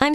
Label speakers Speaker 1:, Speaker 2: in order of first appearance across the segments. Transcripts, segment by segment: Speaker 1: I'm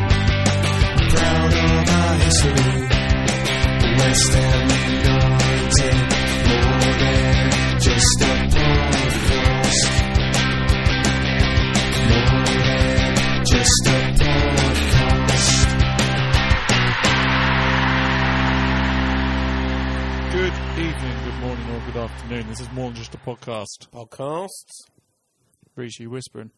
Speaker 2: Proud of our history, West Ham United, more than just a podcast. More than just a podcast.
Speaker 3: Good evening, good morning, or good afternoon. This is more than just a podcast.
Speaker 4: podcasts.
Speaker 3: Breach, you whispering.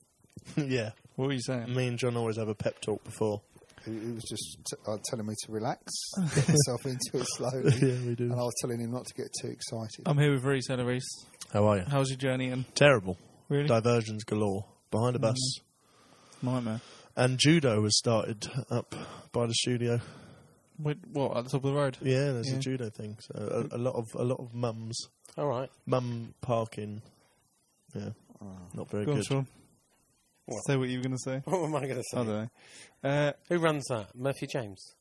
Speaker 4: yeah,
Speaker 3: What were you saying?
Speaker 4: me and John always have a pep talk before.
Speaker 5: He, he was just t- uh, telling me to relax, get myself into it slowly.
Speaker 4: Yeah, we do.
Speaker 5: And I was telling him not to get too excited.
Speaker 3: I'm here with Reese and Reese.
Speaker 4: How are you?
Speaker 3: How's your journey in?
Speaker 4: Terrible.
Speaker 3: Really?
Speaker 4: Diversions galore behind a bus.
Speaker 3: Nightmare.
Speaker 4: And judo was started up by the studio.
Speaker 3: Wait, what, at the top of the road?
Speaker 4: Yeah, there's
Speaker 3: Yeah.
Speaker 4: a judo thing. So a, a lot of a lot of mums,
Speaker 6: All right.
Speaker 4: mum parking. Yeah, not very
Speaker 3: Go on,
Speaker 4: good.
Speaker 3: Sean. Say what you were going to say.
Speaker 6: What am I going to say?
Speaker 3: I don't know. Uh,
Speaker 6: Who runs that? Murphy James.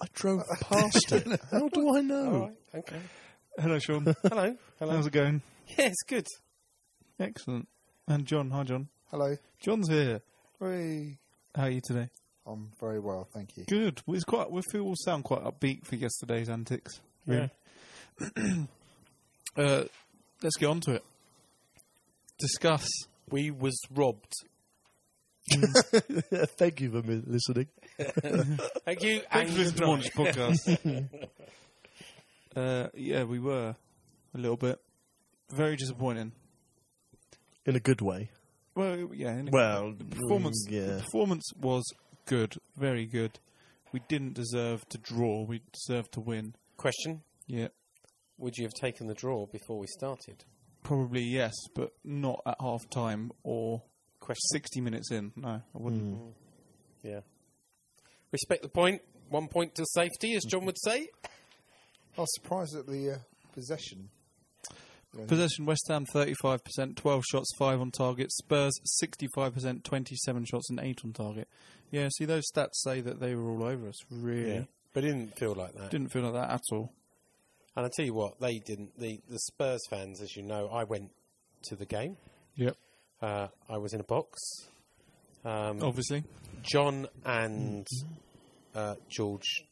Speaker 4: I drove past it. How do I know?
Speaker 6: All right. Okay.
Speaker 3: hello, Sean.
Speaker 6: Hello. Hello.
Speaker 3: How's it going?
Speaker 6: Yeah, it's good.
Speaker 3: Excellent. And John. Hi, John.
Speaker 5: Hello.
Speaker 3: John's here.
Speaker 5: Hey.
Speaker 3: How are you today?
Speaker 5: I'm very well, thank you.
Speaker 3: Good. Well, It's quite. We feel all sound quite upbeat for yesterday's antics. Really. uh, let's get on to it. Discuss.
Speaker 6: We was robbed.
Speaker 4: Thank you for mi- listening.
Speaker 6: Thank you.
Speaker 3: Thanks for
Speaker 6: Angus
Speaker 3: listening to Monch podcast. uh, yeah, we were a little bit very disappointing.
Speaker 4: In a good way.
Speaker 3: Well, yeah. in a-
Speaker 4: Well,
Speaker 3: the performance.
Speaker 4: mm, yeah.
Speaker 3: The performance was good. Very good. We didn't deserve to draw. We deserved to win.
Speaker 6: Question:
Speaker 3: Yeah.
Speaker 6: Would you have taken the draw before we started?
Speaker 3: Probably yes, but not at half time or
Speaker 6: Question.
Speaker 3: 60 minutes in. No, I wouldn't.
Speaker 6: Yeah. Respect the point. One point to safety, as John would say.
Speaker 5: I was surprised at the uh, possession.
Speaker 3: Possession West Ham 35%, 12 shots, 5 on target. Spurs 65%, 27 shots, and 8 on target. Yeah, see, those stats say that they were all over us, really.
Speaker 6: But it didn't feel like that.
Speaker 3: Didn't feel like that at all.
Speaker 6: And I tell you what, they didn't. The the Spurs fans, as you know, I went to the game.
Speaker 3: Yep.
Speaker 6: Uh, I was in a box. Um,
Speaker 3: Obviously.
Speaker 6: John and uh, George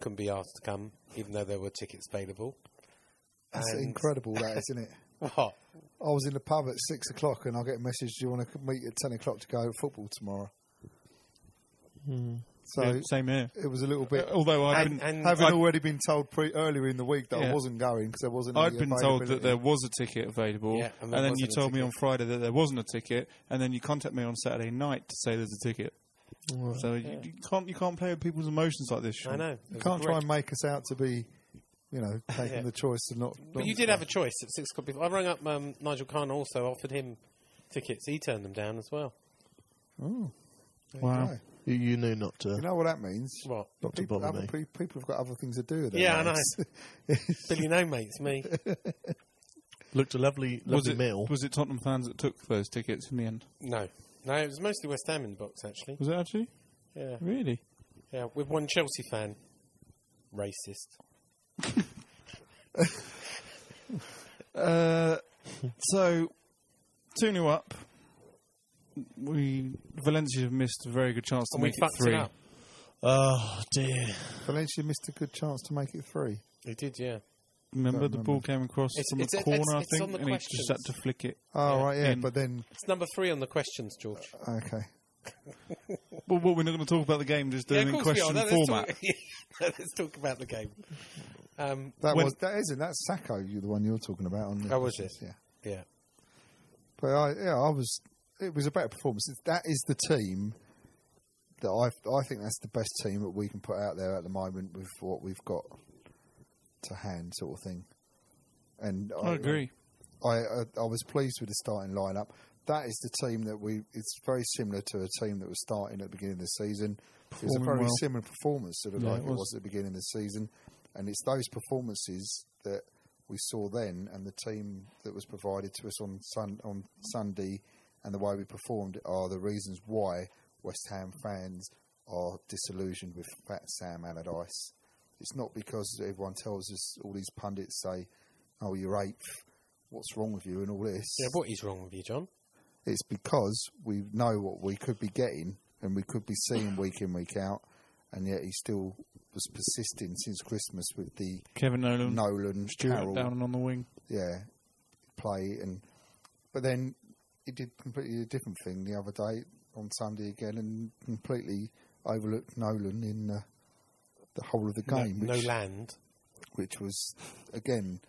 Speaker 6: couldn't be asked to come, even though there were tickets available.
Speaker 5: That's
Speaker 6: And-
Speaker 5: incredible, that, isn't it?
Speaker 6: What?
Speaker 5: I was in the pub at six o'clock and I get a message, do you want to meet at 10 o'clock to go football tomorrow? So
Speaker 3: Hmm. Yeah, same here.
Speaker 5: it was a little bit.
Speaker 3: Although I've
Speaker 6: And,
Speaker 3: been,
Speaker 6: and
Speaker 5: Having
Speaker 3: I-
Speaker 5: already been told pre- earlier in the week that
Speaker 3: Yeah.
Speaker 5: I wasn't going because there wasn't.
Speaker 3: I'd
Speaker 5: any
Speaker 3: been told that
Speaker 5: availability.
Speaker 3: there was a ticket available,
Speaker 6: Yeah,
Speaker 3: and
Speaker 6: and there
Speaker 3: then you
Speaker 6: wasn't a
Speaker 3: told me
Speaker 6: ticket.
Speaker 3: on Friday that there wasn't a ticket, and then you contact me on Saturday night to say there's a ticket. So you, you can't you can't play with people's emotions like this.
Speaker 6: I
Speaker 3: Sean.
Speaker 6: know. it was
Speaker 5: You can't
Speaker 6: great.
Speaker 5: try and make us out to be, you know, taking the choice to not.
Speaker 6: But you did have a choice at six o'clock. Before. I rang up um, Nigel Khan. Also offered him tickets. He turned them down as well.
Speaker 3: Wow.
Speaker 4: You, you knew not to.
Speaker 5: You know what that means?
Speaker 6: What?
Speaker 4: Not to
Speaker 5: people,
Speaker 4: bother
Speaker 5: other
Speaker 4: me.
Speaker 5: pe- people have got other things to do. with their
Speaker 6: Yeah, I know.
Speaker 5: lives.
Speaker 6: Billy No Mates, me.
Speaker 4: Looked a lovely, lovely
Speaker 3: Was it
Speaker 4: meal.
Speaker 3: was it Tottenham fans that took those tickets in the end?
Speaker 6: No. No, it was mostly West Ham in the box, actually.
Speaker 3: Was it actually
Speaker 6: Yeah.
Speaker 3: really?
Speaker 6: Yeah, with one Chelsea fan. Racist.
Speaker 3: Uh, so two new up. we Valencia have missed a very good chance to
Speaker 6: And we
Speaker 3: make it
Speaker 6: fucked
Speaker 3: three.
Speaker 6: it up.
Speaker 4: Oh dear.
Speaker 5: Valencia missed a good chance to make it three.
Speaker 6: They did, yeah.
Speaker 3: Remember
Speaker 5: Don't
Speaker 3: the
Speaker 5: remember.
Speaker 3: ball came across
Speaker 6: It's-
Speaker 3: from
Speaker 6: it's-
Speaker 3: the
Speaker 6: it's-
Speaker 3: corner,
Speaker 6: it's
Speaker 3: I
Speaker 6: on
Speaker 3: think,
Speaker 6: the
Speaker 3: and he just had
Speaker 6: questions.
Speaker 3: to flick it.
Speaker 5: Oh, right, yeah,
Speaker 3: in.
Speaker 5: but then,
Speaker 6: It's number three on the questions, George.
Speaker 3: Uh,
Speaker 5: okay.
Speaker 3: Well, well, we're not going to talk about the game, just
Speaker 6: yeah,
Speaker 3: doing
Speaker 6: of
Speaker 3: it in
Speaker 6: course
Speaker 3: question
Speaker 6: we are. No, let's
Speaker 3: format.
Speaker 6: Talk, let's talk about the game. Um,
Speaker 5: That
Speaker 3: When-
Speaker 5: was that isn't that's Sacco, you the one you're talking about on the
Speaker 6: Oh, was
Speaker 5: questions,
Speaker 6: it?
Speaker 5: Yeah.
Speaker 6: yeah.
Speaker 5: But I yeah, I was it was a better performance. It's- That is the team that I I think that's the best team that we can put out there at the moment with what we've got to hand sort of thing. And
Speaker 3: I agree.
Speaker 5: I, I I was pleased with the starting lineup. That is the team that we. It's very similar to a team that was starting at the beginning of the season. It was a
Speaker 3: Performing
Speaker 5: very
Speaker 3: well.
Speaker 5: similar performance sort of
Speaker 3: Yeah,
Speaker 5: like
Speaker 3: it
Speaker 5: it
Speaker 3: was.
Speaker 5: was. at the beginning of the season, and it's those performances that we saw then, and the team that was provided to us on sun, on Sunday, and the way we performed are the reasons why West Ham fans are disillusioned with Fat Sam Allardyce. It's not because everyone tells us all these pundits say, "Oh, you're eighth. What's wrong with you?" and all this.
Speaker 6: Yeah, what is wrong with you, John?
Speaker 5: It's because we know what we could be getting and we could be seeing week in, week out, and yet he still was persisting since Christmas with the
Speaker 3: Kevin Nolan,
Speaker 5: Nolan
Speaker 3: Stewart
Speaker 5: Carroll,
Speaker 3: down and on the wing.
Speaker 5: yeah, play, and but then he did completely a different thing the other day on Sunday again and completely overlooked Nolan in the, the whole of the
Speaker 6: No,
Speaker 5: game,
Speaker 6: no
Speaker 5: which,
Speaker 6: land.
Speaker 5: which was again,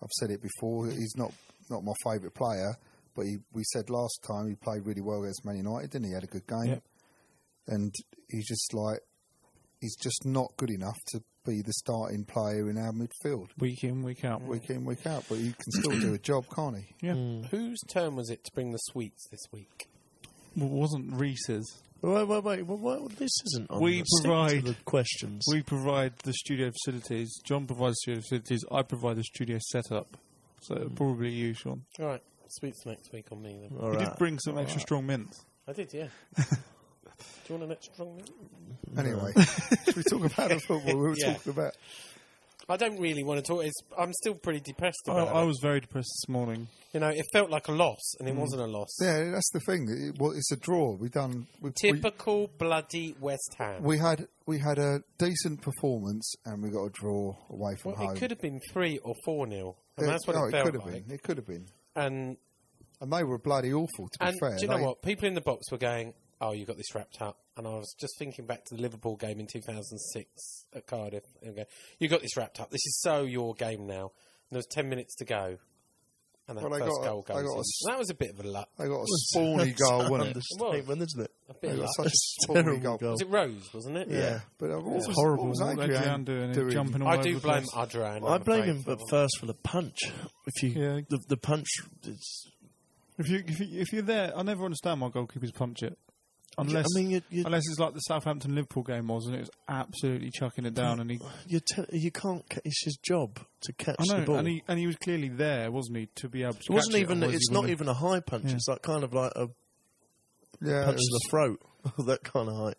Speaker 5: I've said it before. He's not not my favourite player, but he, we said last time he played really well against Man United, didn't he? He had a good game,
Speaker 3: Yep.
Speaker 5: and he's just like he's just not good enough to be the starting player in our midfield
Speaker 3: Week in, week out.
Speaker 5: week in week out. But he can still do a job, can't he?
Speaker 3: Yeah.
Speaker 6: Whose turn was it to bring the sweets this week?
Speaker 3: Well, it wasn't Reese's.
Speaker 4: Wait, wait, wait. Well, well, this isn't on
Speaker 3: We
Speaker 4: the, stick to
Speaker 3: provide-
Speaker 4: the questions.
Speaker 3: We provide the studio facilities. John provides studio facilities. I provide the studio setup. So
Speaker 5: Hmm.
Speaker 3: probably you, Sean.
Speaker 6: All right, sweets next week on me then.
Speaker 4: All
Speaker 3: You
Speaker 4: right.
Speaker 3: did bring some extra strong mints.
Speaker 6: I did, yeah. Do you want an extra wrong?
Speaker 5: Anyway, should we talk about the football? We were
Speaker 6: Yeah.
Speaker 5: talking about
Speaker 6: I don't really want to talk. It's, I'm still pretty depressed
Speaker 3: I,
Speaker 6: about
Speaker 3: I
Speaker 6: it.
Speaker 3: was very depressed this morning.
Speaker 6: You know, it felt like a loss, and it wasn't a loss.
Speaker 5: yeah. That's the thing. It, well, it's a draw. We done. We, we-
Speaker 6: Typical bloody West Ham.
Speaker 5: we had we had a decent performance and we got a draw away from
Speaker 6: well,
Speaker 5: home.
Speaker 6: it could have been three or four nil, and that's what
Speaker 5: no,
Speaker 6: it felt
Speaker 5: could have
Speaker 6: like.
Speaker 5: been. oh, It could have been.
Speaker 6: And
Speaker 5: And they were bloody awful, to be
Speaker 6: and
Speaker 5: fair.
Speaker 6: do you know
Speaker 5: They-
Speaker 6: what? People in the box were going, "Oh, you got this wrapped up." And I was just thinking back to the Liverpool game in 2006 at Cardiff. And go, you got this wrapped up. This is so your game now. And there was 10 minutes to go, and that
Speaker 5: Well, they
Speaker 6: first
Speaker 5: got a-
Speaker 6: goal
Speaker 5: they
Speaker 6: goes
Speaker 5: got a
Speaker 6: in.
Speaker 5: s-
Speaker 6: And that was a bit of a luck.
Speaker 5: They got a spawny goal, wasn't it?
Speaker 4: Understatement, isn't it?
Speaker 6: A bit
Speaker 5: They
Speaker 6: of
Speaker 5: got
Speaker 6: luck.
Speaker 5: such a spawny
Speaker 4: Terrible
Speaker 5: goal.
Speaker 4: goal.
Speaker 6: Was it Rose? Wasn't it?
Speaker 5: Yeah. but what was,
Speaker 3: horrible
Speaker 5: What was
Speaker 3: what
Speaker 5: Adrian
Speaker 3: Adrian doing, jumping all
Speaker 6: I
Speaker 3: over
Speaker 6: do
Speaker 3: the
Speaker 6: blame
Speaker 3: place.
Speaker 6: Adrian.
Speaker 4: I
Speaker 6: I'm
Speaker 4: blame
Speaker 6: afraid.
Speaker 4: him at first for the punch. If you
Speaker 3: Yeah.
Speaker 4: the, the punch, it's,
Speaker 3: If you if, you, if you're there, I never understand why goalkeepers punch it. Unless
Speaker 4: I mean, you- you-
Speaker 3: unless it's like the Southampton Liverpool game was, and it was absolutely chucking it down, and he.
Speaker 4: you te- you can't. Ca- it's his job to catch
Speaker 3: I
Speaker 4: the
Speaker 3: know,
Speaker 4: ball.
Speaker 3: and he and he was clearly there, wasn't he, to be able. To
Speaker 4: it wasn't
Speaker 3: catch
Speaker 4: even.
Speaker 3: It, otherwise
Speaker 4: it's
Speaker 3: he
Speaker 4: not
Speaker 3: wouldn't
Speaker 4: even a high punch.
Speaker 3: Yeah.
Speaker 4: It's like kind of like a
Speaker 5: Yeah, it
Speaker 4: punch to
Speaker 5: was
Speaker 4: the throat, that kind of height.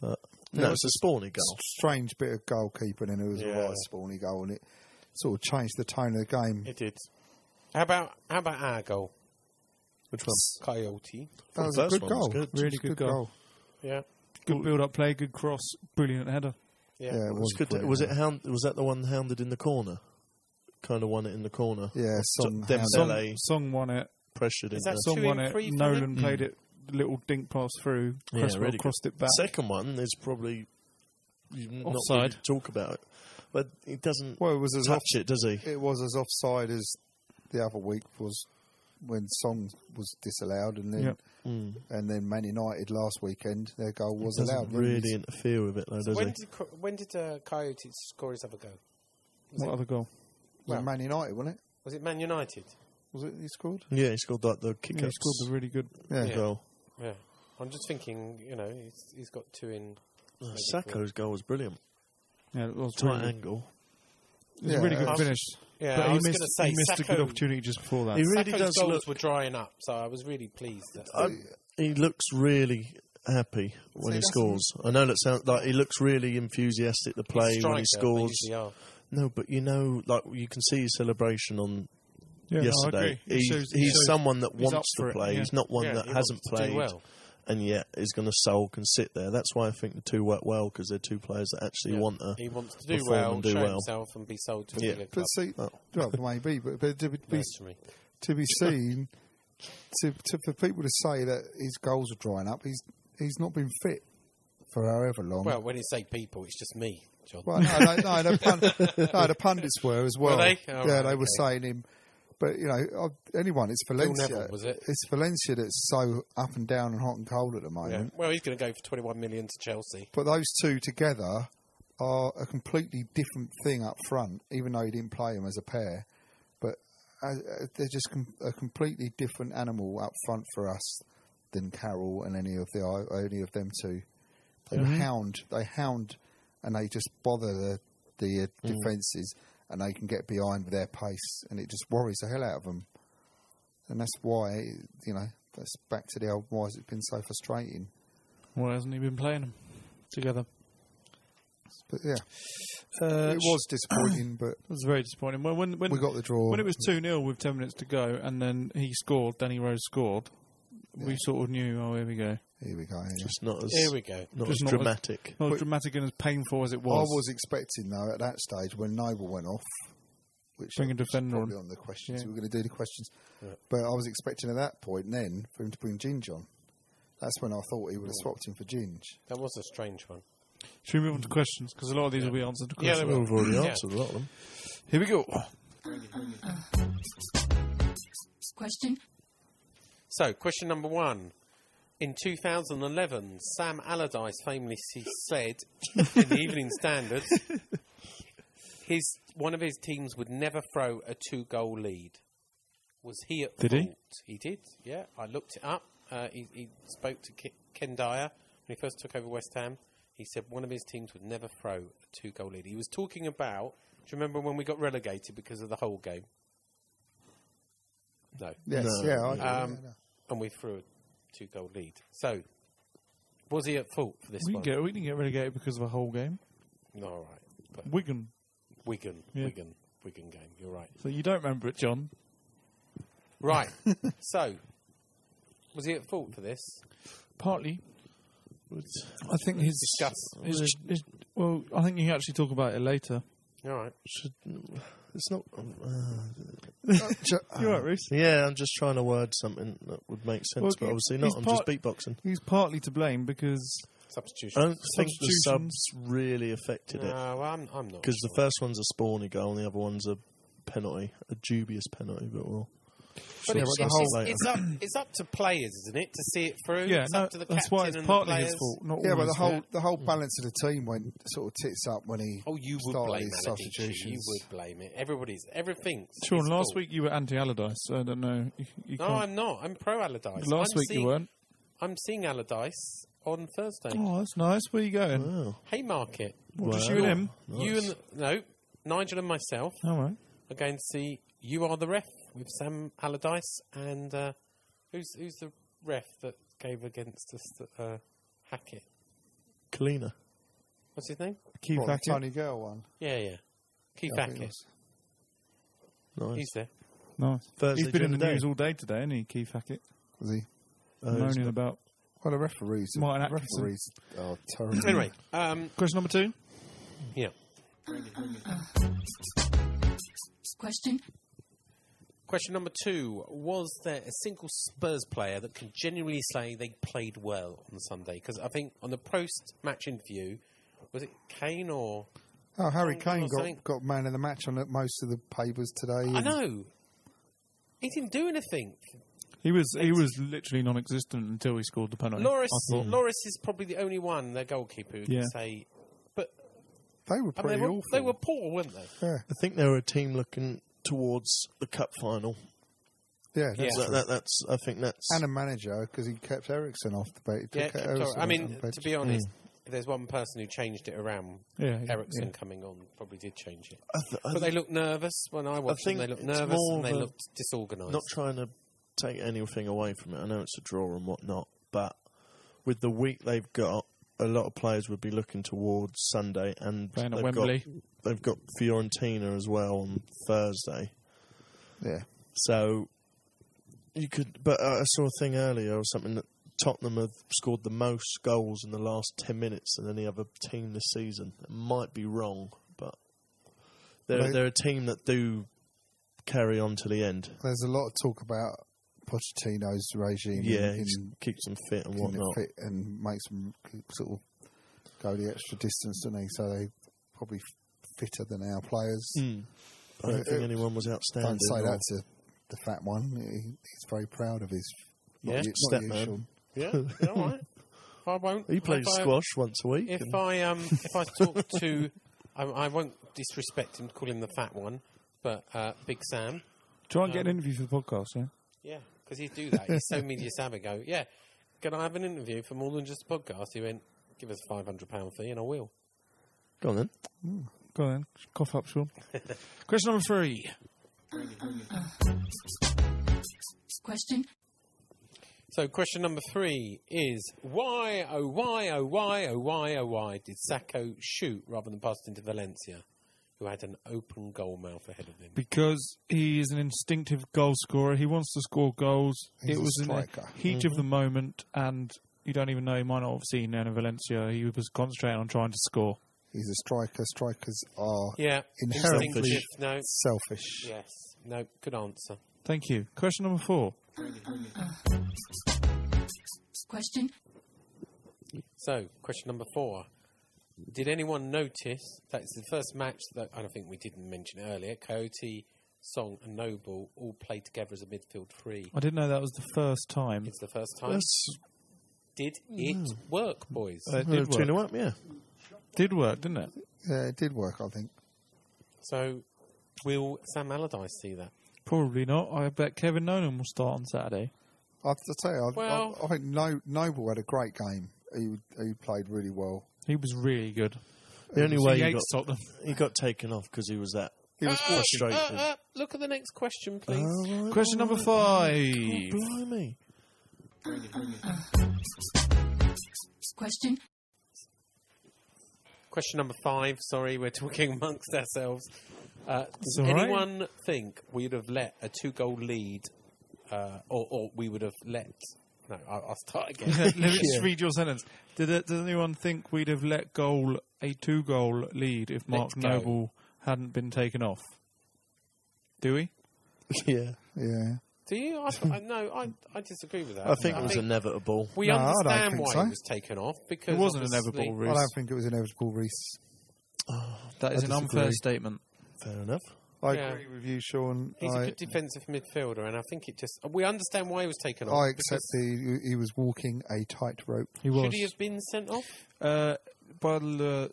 Speaker 4: But no, it's a spawny
Speaker 5: a
Speaker 4: goal.
Speaker 5: strange bit of goalkeeping and it was a right spawny goal and it sort of changed the tone of the game.
Speaker 6: It did. How about how about our goal,
Speaker 4: Which one?
Speaker 6: Coyote?
Speaker 5: that was
Speaker 4: the
Speaker 5: a
Speaker 4: first
Speaker 5: good
Speaker 4: one was
Speaker 5: goal.
Speaker 4: good.
Speaker 5: It was
Speaker 3: Really
Speaker 5: a
Speaker 3: good goal.
Speaker 6: Yeah.
Speaker 3: Good build-up play, good cross, brilliant header.
Speaker 6: Yeah.
Speaker 5: Yeah, it
Speaker 4: It was,
Speaker 5: was
Speaker 4: good.
Speaker 5: brilliant.
Speaker 4: was it hound? Was that the one hounded in the corner? Kind of won it in the corner.
Speaker 5: Yeah, Son
Speaker 4: Dem-
Speaker 5: hounded-
Speaker 4: Dembele
Speaker 3: Song, Song won it.
Speaker 4: pressured in
Speaker 6: Is that
Speaker 4: the-
Speaker 6: Two
Speaker 3: Song
Speaker 6: in
Speaker 3: won it.
Speaker 6: three from
Speaker 3: Nolan played it. Little dink pass through.
Speaker 4: Yeah,
Speaker 3: Cresswell
Speaker 4: really good.
Speaker 3: crossed it back.
Speaker 4: Second one is probably you not really
Speaker 3: Offside.
Speaker 4: talk about it, but he doesn't
Speaker 5: Well, it was as
Speaker 4: touch
Speaker 5: off,
Speaker 4: it, does he?
Speaker 5: it was as offside as the other week was when Song was disallowed, and then
Speaker 3: Yep.
Speaker 4: Mm.
Speaker 5: and then Man United last weekend their goal was allowed.
Speaker 4: Doesn't
Speaker 5: wasn't
Speaker 4: really interfere with it, though, does
Speaker 6: When
Speaker 4: he?
Speaker 6: did Co- when did uh, Coyote score his other goal?
Speaker 3: What other goal?
Speaker 5: it? It was Man United, wasn't it?
Speaker 6: Was it Man United?
Speaker 5: Was it he scored?
Speaker 4: Yeah, he scored like the kick
Speaker 3: Yeah, he scored the really good.
Speaker 5: Yeah,
Speaker 4: goal.
Speaker 6: Yeah. I'm just thinking, you know, he's, he's got two in.
Speaker 4: Oh, Sacco's goal was brilliant.
Speaker 3: Yeah, it was
Speaker 4: Tight
Speaker 3: really,
Speaker 4: angle.
Speaker 3: it was a
Speaker 5: Yeah,
Speaker 3: really good
Speaker 5: I was-
Speaker 3: finish.
Speaker 6: yeah,
Speaker 3: but
Speaker 6: I
Speaker 3: he
Speaker 6: was
Speaker 3: missed,
Speaker 6: gonna say
Speaker 3: he missed a good
Speaker 6: Sacco-
Speaker 3: opportunity just before that.
Speaker 4: He really
Speaker 6: Sacco's
Speaker 4: does
Speaker 6: goals
Speaker 4: look.
Speaker 6: were drying up, so I was really pleased. That
Speaker 3: uh,
Speaker 4: He looks really happy when he scores. I know that sounds like he looks really enthusiastic to play when he
Speaker 6: striker, they
Speaker 4: scores.
Speaker 6: usually are.
Speaker 4: No, but you know, like you can see his celebration on
Speaker 3: Yeah, no, I
Speaker 4: yesterday.
Speaker 3: agree. It
Speaker 4: He's-
Speaker 3: shows- it
Speaker 4: he's
Speaker 3: shows
Speaker 4: someone that
Speaker 3: he's up
Speaker 4: wants
Speaker 3: for
Speaker 4: to
Speaker 3: it,
Speaker 4: play.
Speaker 3: yeah.
Speaker 4: He's not one
Speaker 6: Yeah,
Speaker 4: that
Speaker 6: he
Speaker 4: hasn't
Speaker 6: wants to do
Speaker 4: played
Speaker 6: well.
Speaker 4: and yet is going to sulk and sit there. That's why I think the two work well because they're two players that actually want to.
Speaker 6: He wants to do
Speaker 4: perform
Speaker 6: well,
Speaker 4: and do
Speaker 6: show
Speaker 4: well.
Speaker 6: himself, and be sold to a
Speaker 4: Yeah.
Speaker 6: bigger club.
Speaker 5: But see, well, maybe, but, but to, be,
Speaker 6: That's for me.
Speaker 5: to be seen, to, to, for people to say that his goals are drying up, he's he's not been fit for however long.
Speaker 6: Well, when you say people, it's just me, John.
Speaker 5: Well, no, no, no, the, pun- no, the pundits were as well.
Speaker 6: they?
Speaker 5: yeah,
Speaker 6: All right,
Speaker 5: they were
Speaker 6: okay.
Speaker 5: saying him. But you know, I- anyone, it's Valencia.
Speaker 6: Neville, was it?
Speaker 5: It's Valencia that's so up and down and hot and cold at the
Speaker 6: Yeah.
Speaker 5: moment.
Speaker 6: Well, he's going to go for 21 million to Chelsea.
Speaker 5: But those two together are a completely different thing up front, even though you didn't play them as a pair. But uh, uh, they're just com- a completely different animal up front for us than Carroll and any of the any of them two. They hound, they hound, and they just bother the the uh, defenses, and they can get behind with their pace, and it just worries the hell out of them. And that's why you know that's back to the old why has it been so frustrating.
Speaker 3: Why hasn't he been playing them together?
Speaker 5: But yeah.
Speaker 3: Uh,
Speaker 5: it was disappointing, but
Speaker 3: It was very disappointing. When, when, when
Speaker 5: We got the draw.
Speaker 3: When it was 2 0 with 10 minutes to go, and then he scored, Danny Rose scored, we sort of knew, oh, here we go.
Speaker 5: here we go. yeah.
Speaker 4: It's not as
Speaker 6: Here we go.
Speaker 4: not
Speaker 3: Just
Speaker 4: as
Speaker 3: not as-
Speaker 4: dramatic.
Speaker 3: Not as dramatic and as painful as it
Speaker 5: I
Speaker 3: was.
Speaker 5: was expecting though at that stage when Noble went off, which
Speaker 3: Bring a
Speaker 5: was
Speaker 3: defender
Speaker 5: probably
Speaker 3: on.
Speaker 5: the questions.
Speaker 3: Yeah.
Speaker 5: We were going to do the questions, but I was expecting at that point then for him to bring Ginge on. That's when I thought he would have
Speaker 6: Oh.
Speaker 5: swapped him for Ginge.
Speaker 6: That was a strange one.
Speaker 3: Should we move on to questions? Because a lot of these will be answered. to
Speaker 6: Yeah, they
Speaker 3: questions.
Speaker 6: will.
Speaker 4: We've already
Speaker 6: Yeah.
Speaker 4: answered a lot of them.
Speaker 3: Here we go.
Speaker 7: Question
Speaker 6: So, question number one. In 2011, Sam Allardyce famously said in the Evening Standard, his one of his teams would never throw a two-goal lead. Was he at
Speaker 3: Did he?
Speaker 6: fault? He? did. Yeah, I looked it up. Uh, he, he spoke to Ki- Ken Dyer when he first took over West Ham. He said one of his teams would never throw a two-goal lead. He was talking about. Do you remember when we got relegated because of the whole game? No
Speaker 5: Yes, yeah, I,
Speaker 6: um, and we threw a two goal lead. So, was he at fault for this
Speaker 3: We
Speaker 6: one?
Speaker 3: didn't, get, we didn't get relegated because of a whole game.
Speaker 6: No, all right. But
Speaker 3: Wigan.
Speaker 6: Wigan,
Speaker 3: Yeah.
Speaker 6: Wigan, Wigan game. You're right.
Speaker 3: So you don't remember it, John.
Speaker 6: Right. so, was he at fault for this?
Speaker 3: Partly. I think his,
Speaker 6: Discuss.
Speaker 3: his, his. Well, I think you can actually talk about it later.
Speaker 6: All right.
Speaker 4: It's not. uh,
Speaker 3: You're right, Reese.
Speaker 4: yeah, I'm just trying to word something that would make sense,
Speaker 3: Well,
Speaker 4: but
Speaker 3: he-
Speaker 4: obviously not.
Speaker 3: he's
Speaker 4: I'm
Speaker 3: part-
Speaker 4: just beatboxing.
Speaker 3: He's partly to blame because
Speaker 4: I
Speaker 6: Substitution.
Speaker 4: don't think the
Speaker 3: Substitutions.
Speaker 4: subs really affected it
Speaker 6: No, I'm, I'm not.
Speaker 4: because the
Speaker 6: sure.
Speaker 4: first one's a spawny goal and the other one's a penalty, a dubious penalty, but well.
Speaker 6: But it's,
Speaker 4: Yeah,
Speaker 6: it's,
Speaker 4: but the
Speaker 6: it's-
Speaker 4: whole-
Speaker 6: it's up, it's up to players, isn't it, to see it through?
Speaker 3: yeah,
Speaker 6: it's
Speaker 3: no,
Speaker 6: up to the
Speaker 3: that's why
Speaker 6: captain
Speaker 3: it's
Speaker 6: and the
Speaker 3: partly his
Speaker 6: players.
Speaker 3: fault. Not
Speaker 5: yeah,
Speaker 3: all
Speaker 5: but the
Speaker 3: his
Speaker 5: whole
Speaker 3: fault.
Speaker 5: the whole balance of the team went sort of tits up when he
Speaker 6: Hmm. Oh, you would
Speaker 5: started
Speaker 6: blame
Speaker 5: his
Speaker 6: Aladici. You
Speaker 5: substitutions.
Speaker 6: would blame it. Everybody's everything's.
Speaker 3: Sean,
Speaker 6: his
Speaker 3: last
Speaker 6: fault.
Speaker 3: week you were anti Allardyce. so I don't know. You, you
Speaker 6: No,
Speaker 3: can't.
Speaker 6: I'm not. I'm pro Allardyce.
Speaker 3: last
Speaker 6: I'm
Speaker 3: week
Speaker 6: seeing-
Speaker 3: you weren't.
Speaker 6: I'm seeing Allardyce on Thursday.
Speaker 3: Oh, that's nice. Where are you going?
Speaker 6: Haymarket.
Speaker 3: Well, just you and him.
Speaker 6: You and no, Nigel and myself
Speaker 3: All right.
Speaker 6: are going to see "You Are the Ref" with Sam Allardyce and uh, who's who's the ref that gave against us? Uh, Hackett.
Speaker 4: Cleaner.
Speaker 6: What's his name?
Speaker 3: Keith
Speaker 5: What, the Tony Girl one.
Speaker 6: Yeah, yeah. Keith
Speaker 5: I think it
Speaker 6: Hackett.
Speaker 5: was.
Speaker 4: Nice.
Speaker 6: He's there.
Speaker 3: Nice.
Speaker 4: Thursday
Speaker 3: He's been in
Speaker 4: during
Speaker 3: the,
Speaker 4: the day.
Speaker 3: news all day today, hasn't he, Keith Hackett?
Speaker 5: Was he?
Speaker 3: moaning about.
Speaker 5: Well, the referees,
Speaker 3: Martin
Speaker 5: the
Speaker 3: Atkinson.
Speaker 5: referees are terrible.
Speaker 6: Anyway, um,
Speaker 3: Question number two.
Speaker 6: yeah.
Speaker 7: Question
Speaker 6: Question number two: Was there a single Spurs player that can genuinely say they played well on Sunday? Because I think on the post-match interview, was it Kane or
Speaker 5: Oh, Harry
Speaker 6: Well,
Speaker 5: Kane
Speaker 6: well,
Speaker 5: got,
Speaker 6: something-
Speaker 5: got man of the match on it- most of the papers today.
Speaker 3: Mm.
Speaker 6: I
Speaker 5: and-
Speaker 6: know. He didn't do anything.
Speaker 3: He was he was literally non-existent until he scored the penalty.
Speaker 6: Loris,
Speaker 3: I thought.
Speaker 6: Loris is probably the only one, their goalkeeper, who
Speaker 3: Yeah.
Speaker 6: can say. But
Speaker 5: They were
Speaker 6: I mean,
Speaker 5: pretty
Speaker 6: they, were,
Speaker 5: awful.
Speaker 6: they were poor, weren't they?
Speaker 4: I think they were a team looking towards the cup final.
Speaker 5: yeah, that's
Speaker 6: Yeah.
Speaker 5: true.
Speaker 4: That, that, that's. I think that's.
Speaker 5: and a manager because he kept Ericsson off the bench.
Speaker 6: Yeah,
Speaker 5: Took
Speaker 6: Kiptor-
Speaker 5: Ericsson
Speaker 6: I
Speaker 5: off
Speaker 6: mean,
Speaker 5: the bench.
Speaker 6: to be honest, if there's one person who changed it around,
Speaker 3: Yeah, yeah,
Speaker 6: Ericsson
Speaker 3: yeah.
Speaker 6: coming on probably did change it.
Speaker 4: I th- I
Speaker 6: but they looked nervous when I watched them.
Speaker 4: think
Speaker 6: They looked
Speaker 4: it's
Speaker 6: nervous
Speaker 4: more
Speaker 6: and they
Speaker 4: of a-
Speaker 6: looked disorganised.
Speaker 4: not trying to take anything away from it. I know it's a draw and whatnot, but with the week they've got, a lot of players would be looking towards Sunday and
Speaker 3: Playing at
Speaker 4: they've
Speaker 3: Wembley.
Speaker 4: Got, they've got Fiorentina as well on Thursday.
Speaker 5: yeah,
Speaker 4: So you could, but I saw a thing earlier or something that Tottenham have scored the most goals in the last ten minutes than any other team this season. It might be wrong, but they're
Speaker 5: They-
Speaker 4: they're a team that do carry on to the end.
Speaker 5: There's a lot of talk about Pochettino's regime.
Speaker 4: Yeah,
Speaker 5: in,
Speaker 4: he
Speaker 5: in,
Speaker 4: keeps them fit and
Speaker 5: keeping it
Speaker 4: whatnot.
Speaker 5: fit and makes them sort of go the extra distance, doesn't he? So they probably fitter than our players.
Speaker 4: I don't think anyone was
Speaker 5: Don't
Speaker 4: outstanding.
Speaker 5: say
Speaker 4: or-
Speaker 5: that to the fat one. He, he's very proud of his. not
Speaker 6: Yeah,
Speaker 5: you- not you,
Speaker 4: stepman.
Speaker 5: Sean.
Speaker 6: Yeah, yeah, all right. I won't.
Speaker 4: He plays
Speaker 6: if I-
Speaker 4: squash once a week.
Speaker 6: If
Speaker 4: and-
Speaker 6: I um, if I talk to, I, I won't disrespect him, call him the fat one, but uh, Big Sam.
Speaker 3: Try and get an interview for the podcast, yeah?
Speaker 6: Yeah, because he'd do that. He's so media savvy. Go, yeah. Can I have an interview for more than just a podcast? He went, give us a five hundred pound fee, and I will.
Speaker 4: Go on then.
Speaker 3: Go on then. Cough up, Sean. Question number three.
Speaker 7: Question.
Speaker 6: So, question number three is why, oh, why, oh, why, oh, why, oh, why did Sacco shoot rather than pass it into Valencia, who had an open goal mouth ahead of him?
Speaker 3: Because he is an instinctive goal scorer. He wants to score goals.
Speaker 5: He's
Speaker 3: it
Speaker 5: a
Speaker 3: was in the
Speaker 5: striker.
Speaker 3: heat of the moment, and you don't even know. He might not have seen Nuno Valencia. He was concentrating on trying to score.
Speaker 5: He's a striker. Strikers are
Speaker 6: Yeah,
Speaker 5: Inherently-
Speaker 6: instinctive. No,
Speaker 5: selfish.
Speaker 6: yes, no, good answer.
Speaker 3: Thank you. Question number four.
Speaker 7: Question.
Speaker 6: So, question number four. Did anyone notice that it's the first match that, and I think we didn't mention earlier, Coyote, Song, and Noble all played together as a midfield three?
Speaker 3: I didn't know that was the first time.
Speaker 6: It's the first time. Did it work, boys?
Speaker 3: Uh, it
Speaker 4: Did
Speaker 3: did work.
Speaker 4: up, yeah.
Speaker 3: did work, didn't it?
Speaker 5: Yeah, it did work, I think.
Speaker 6: So, will Sam Allardyce see that?
Speaker 3: Probably not. I bet Kevin Nolan will start on Saturday.
Speaker 5: I have to tell you, I,
Speaker 6: Well-
Speaker 5: I, I think no, Noble had a great game. He, he played really well.
Speaker 3: He was really good.
Speaker 4: The only way
Speaker 3: he
Speaker 4: he
Speaker 3: ate
Speaker 4: got,
Speaker 3: Tottenham.
Speaker 4: he got taken off because he was that.
Speaker 5: He was good.
Speaker 4: frustrated.
Speaker 6: Uh, look at the next question, please.
Speaker 3: Uh, Question number five.
Speaker 4: Blimey.
Speaker 7: Question.
Speaker 6: Question number five. Sorry, we're talking amongst ourselves. Uh, does
Speaker 3: all right.
Speaker 6: anyone think we'd have let a two-goal lead, uh, or, or we would have let? No, I, I'll start again.
Speaker 3: Let me just read your sentence. Did, uh, does anyone think we'd have let goal a two goal lead if Mark
Speaker 6: Let's go.
Speaker 3: Noble hadn't been taken off? Do we?
Speaker 4: Yeah.
Speaker 5: Yeah.
Speaker 6: Do you? I, I, no, I, I disagree with that.
Speaker 4: I think it was inevitable.
Speaker 6: we
Speaker 5: No, I don't
Speaker 6: understand
Speaker 5: think
Speaker 6: why
Speaker 5: so.
Speaker 6: it was taken off because
Speaker 3: It wasn't
Speaker 6: obviously-
Speaker 3: inevitable,
Speaker 5: I
Speaker 3: Reese.
Speaker 5: don't think it was inevitable, Reese.
Speaker 3: That is
Speaker 5: I
Speaker 3: an unfair
Speaker 5: disagree.
Speaker 3: statement.
Speaker 4: Fair enough.
Speaker 5: I
Speaker 6: Yeah.
Speaker 5: agree with you, Sean.
Speaker 6: He's a
Speaker 5: I,
Speaker 6: good defensive midfielder, and I think it just we understand why he was taken off.
Speaker 5: I accept the, he was walking a tightrope.
Speaker 3: He was.
Speaker 6: because Should he have been sent off?
Speaker 3: uh, by the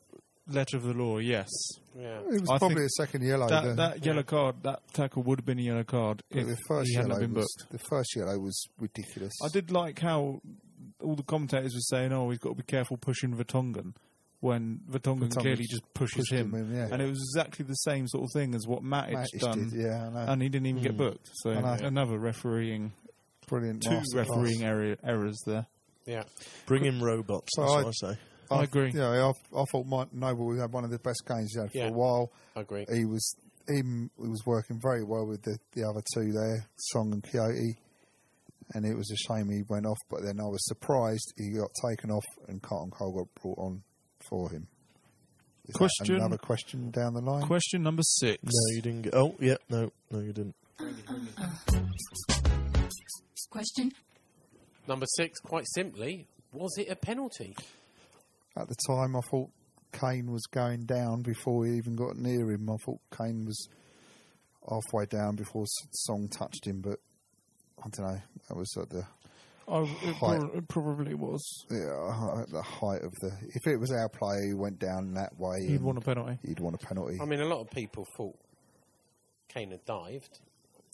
Speaker 3: letter of the law, yes.
Speaker 6: Yeah.
Speaker 5: It was
Speaker 3: I
Speaker 5: probably
Speaker 3: think
Speaker 5: a second yellow.
Speaker 3: That,
Speaker 5: then.
Speaker 3: that yellow card, that tackle would have been a yellow card
Speaker 5: But
Speaker 3: if
Speaker 5: the first
Speaker 3: he hadn't
Speaker 5: yellow
Speaker 3: have been
Speaker 5: was,
Speaker 3: booked.
Speaker 5: the first yellow was ridiculous.
Speaker 3: I did like how all the commentators were saying, "Oh, he's got to be careful pushing Vertonghen," when Vertonghen,
Speaker 5: Vertonghen
Speaker 3: clearly just pushes
Speaker 5: pushed
Speaker 3: him,
Speaker 5: him in, yeah.
Speaker 3: and it was exactly the same sort of thing as what Matic,
Speaker 5: Matic
Speaker 3: done,
Speaker 5: did, yeah, I know.
Speaker 3: and he didn't even
Speaker 6: Hmm.
Speaker 3: get booked. So
Speaker 5: I know.
Speaker 3: another refereeing,
Speaker 5: brilliant.
Speaker 3: two
Speaker 5: masterclass.
Speaker 3: refereeing error, errors there.
Speaker 6: Yeah.
Speaker 4: Bring in robots, that's
Speaker 5: I-
Speaker 4: what I say.
Speaker 3: I agree.
Speaker 5: Yeah, I, I thought Mike Noble had one of the best games he's had
Speaker 6: Yeah.
Speaker 5: for a while.
Speaker 6: I agree.
Speaker 5: He was him. He was working very well with the, the other two there, Song and Coyote. And it was a shame he went off, but then I was surprised he got taken off and Carton Cole got brought on for him. Is that
Speaker 3: Question-
Speaker 5: another question down the line.
Speaker 3: Question number six.
Speaker 4: No, you didn't get. Oh, yeah, no, no, you didn't.
Speaker 7: Question.
Speaker 6: Number six, quite simply, was it a penalty?
Speaker 5: At the time, I thought Kane was going down before he even got near him. I thought Kane was halfway down before S- Song touched him, but I don't know. That was at the
Speaker 3: I, it,
Speaker 5: Height.
Speaker 3: prob- it probably was.
Speaker 5: yeah, at the height of the. If it was our player who went down that way,
Speaker 3: He'd
Speaker 5: and
Speaker 3: won a penalty.
Speaker 5: he'd want a penalty.
Speaker 6: I mean, a lot of people thought Kane had dived.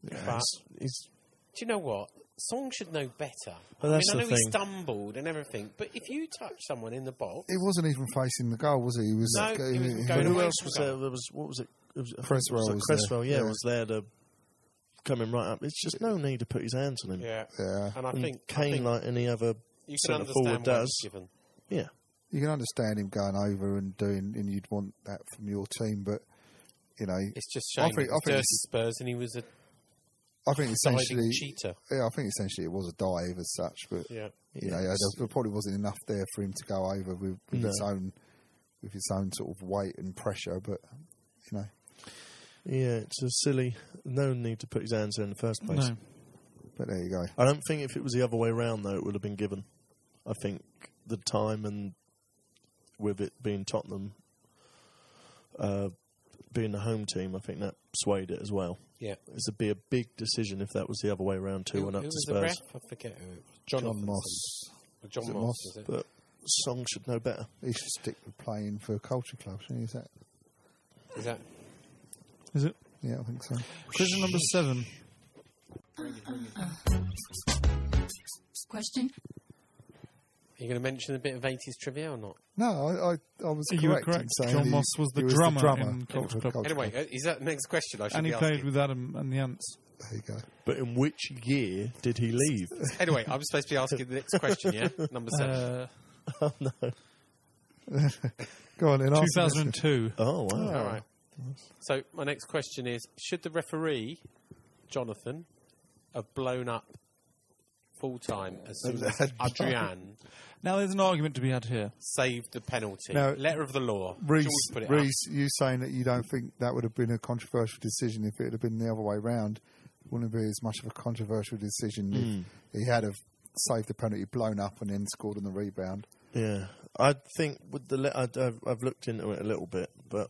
Speaker 6: but
Speaker 4: It's- it's-
Speaker 6: do you know what? Song should know better.
Speaker 4: Well, that's
Speaker 6: I mean, I
Speaker 4: the
Speaker 6: know he
Speaker 4: thing.
Speaker 6: stumbled and everything, but if you touch someone in the box,
Speaker 5: He wasn't even facing the goal, was he? He was.
Speaker 6: No, he was
Speaker 4: but
Speaker 6: going
Speaker 4: who
Speaker 6: away
Speaker 4: else
Speaker 6: from
Speaker 4: was
Speaker 6: goal.
Speaker 4: there? There was what was it? it was, I think it
Speaker 5: Cresswell
Speaker 4: was, like
Speaker 5: was there,
Speaker 4: Cresswell, yeah,
Speaker 5: yeah.
Speaker 4: was there to come him right up. It's just no need to put his hands on him.
Speaker 6: yeah.
Speaker 5: Yeah.
Speaker 6: And I
Speaker 4: And
Speaker 6: think I
Speaker 4: Kane,
Speaker 6: think
Speaker 4: like any other
Speaker 6: you can
Speaker 4: centre forward,
Speaker 6: understand why
Speaker 4: does.
Speaker 6: it's given.
Speaker 4: Yeah,
Speaker 5: You can understand him going over and doing, and you'd want that from your team, but you know,
Speaker 6: It's just
Speaker 5: I
Speaker 6: shame.
Speaker 5: think-
Speaker 6: it was
Speaker 5: I think
Speaker 6: Dirty Spurs, and he was a
Speaker 5: I think
Speaker 6: Diving
Speaker 5: essentially,
Speaker 6: cheetah.
Speaker 5: yeah, I think essentially it was a dive as such, but
Speaker 6: Yeah.
Speaker 5: you know, yeah, there probably wasn't enough there for him to go over with, with his own with his own sort of weight and pressure. But you know,
Speaker 4: Yeah, it's a silly. No need to put his hands there in the first place.
Speaker 3: No.
Speaker 5: but there you go.
Speaker 4: I don't think if it was the other way round though, it would have been given. I think the time and with it being Tottenham, uh, being the home team, I think that swayed it as well.
Speaker 6: Yeah.
Speaker 4: It would be a big decision if that was the other way round. Two
Speaker 6: Who-
Speaker 4: went up
Speaker 6: who
Speaker 4: to
Speaker 6: was
Speaker 4: Spurs,
Speaker 6: The ref? I forget who it was. Jonathan
Speaker 5: John Moss,
Speaker 6: something. John
Speaker 5: Is it
Speaker 6: Moss.
Speaker 5: Moss?
Speaker 6: was it?
Speaker 4: but Song should know better.
Speaker 5: he should stick with playing for culture club, shouldn't he? Is that?
Speaker 6: Is that?
Speaker 3: Is it?
Speaker 5: Yeah, I think so.
Speaker 3: Question number seven.
Speaker 7: Question.
Speaker 6: Are you going to mention a bit of 80s trivia or not?
Speaker 5: No, I I, I was correct.
Speaker 3: You were
Speaker 5: in
Speaker 3: correct.
Speaker 5: saying
Speaker 3: John
Speaker 5: he-
Speaker 3: Moss was the
Speaker 5: he
Speaker 3: drummer in Culture
Speaker 5: for
Speaker 3: Club.
Speaker 6: Anyway, uh, is that the next question I should
Speaker 3: And he
Speaker 6: be
Speaker 3: played
Speaker 6: asking?
Speaker 3: with Adam and the Ants.
Speaker 5: There you go.
Speaker 4: But in which year did he leave?
Speaker 6: Anyway, I'm supposed to be asking the next question, yeah? Number seven.
Speaker 3: Uh,
Speaker 5: Go on, then. ask the next one.
Speaker 3: 2002.
Speaker 4: oh wow!
Speaker 6: All right. So my next question is: Should the referee, Jonathan, have blown up full time as soon as Adrian
Speaker 3: Now, there's an argument to be had here.
Speaker 6: saved the penalty?
Speaker 5: Now,
Speaker 6: Letter of the law.
Speaker 5: Reese,
Speaker 6: George put it up.
Speaker 5: Reese, you saying that you don't think that would have been a controversial decision if it had been the other way round? Wouldn't be as much of a controversial decision if he had have saved the penalty, blown up, and then scored on the rebound.
Speaker 4: Yeah, I think with the le- I'd, I've, I've looked into it a little bit, but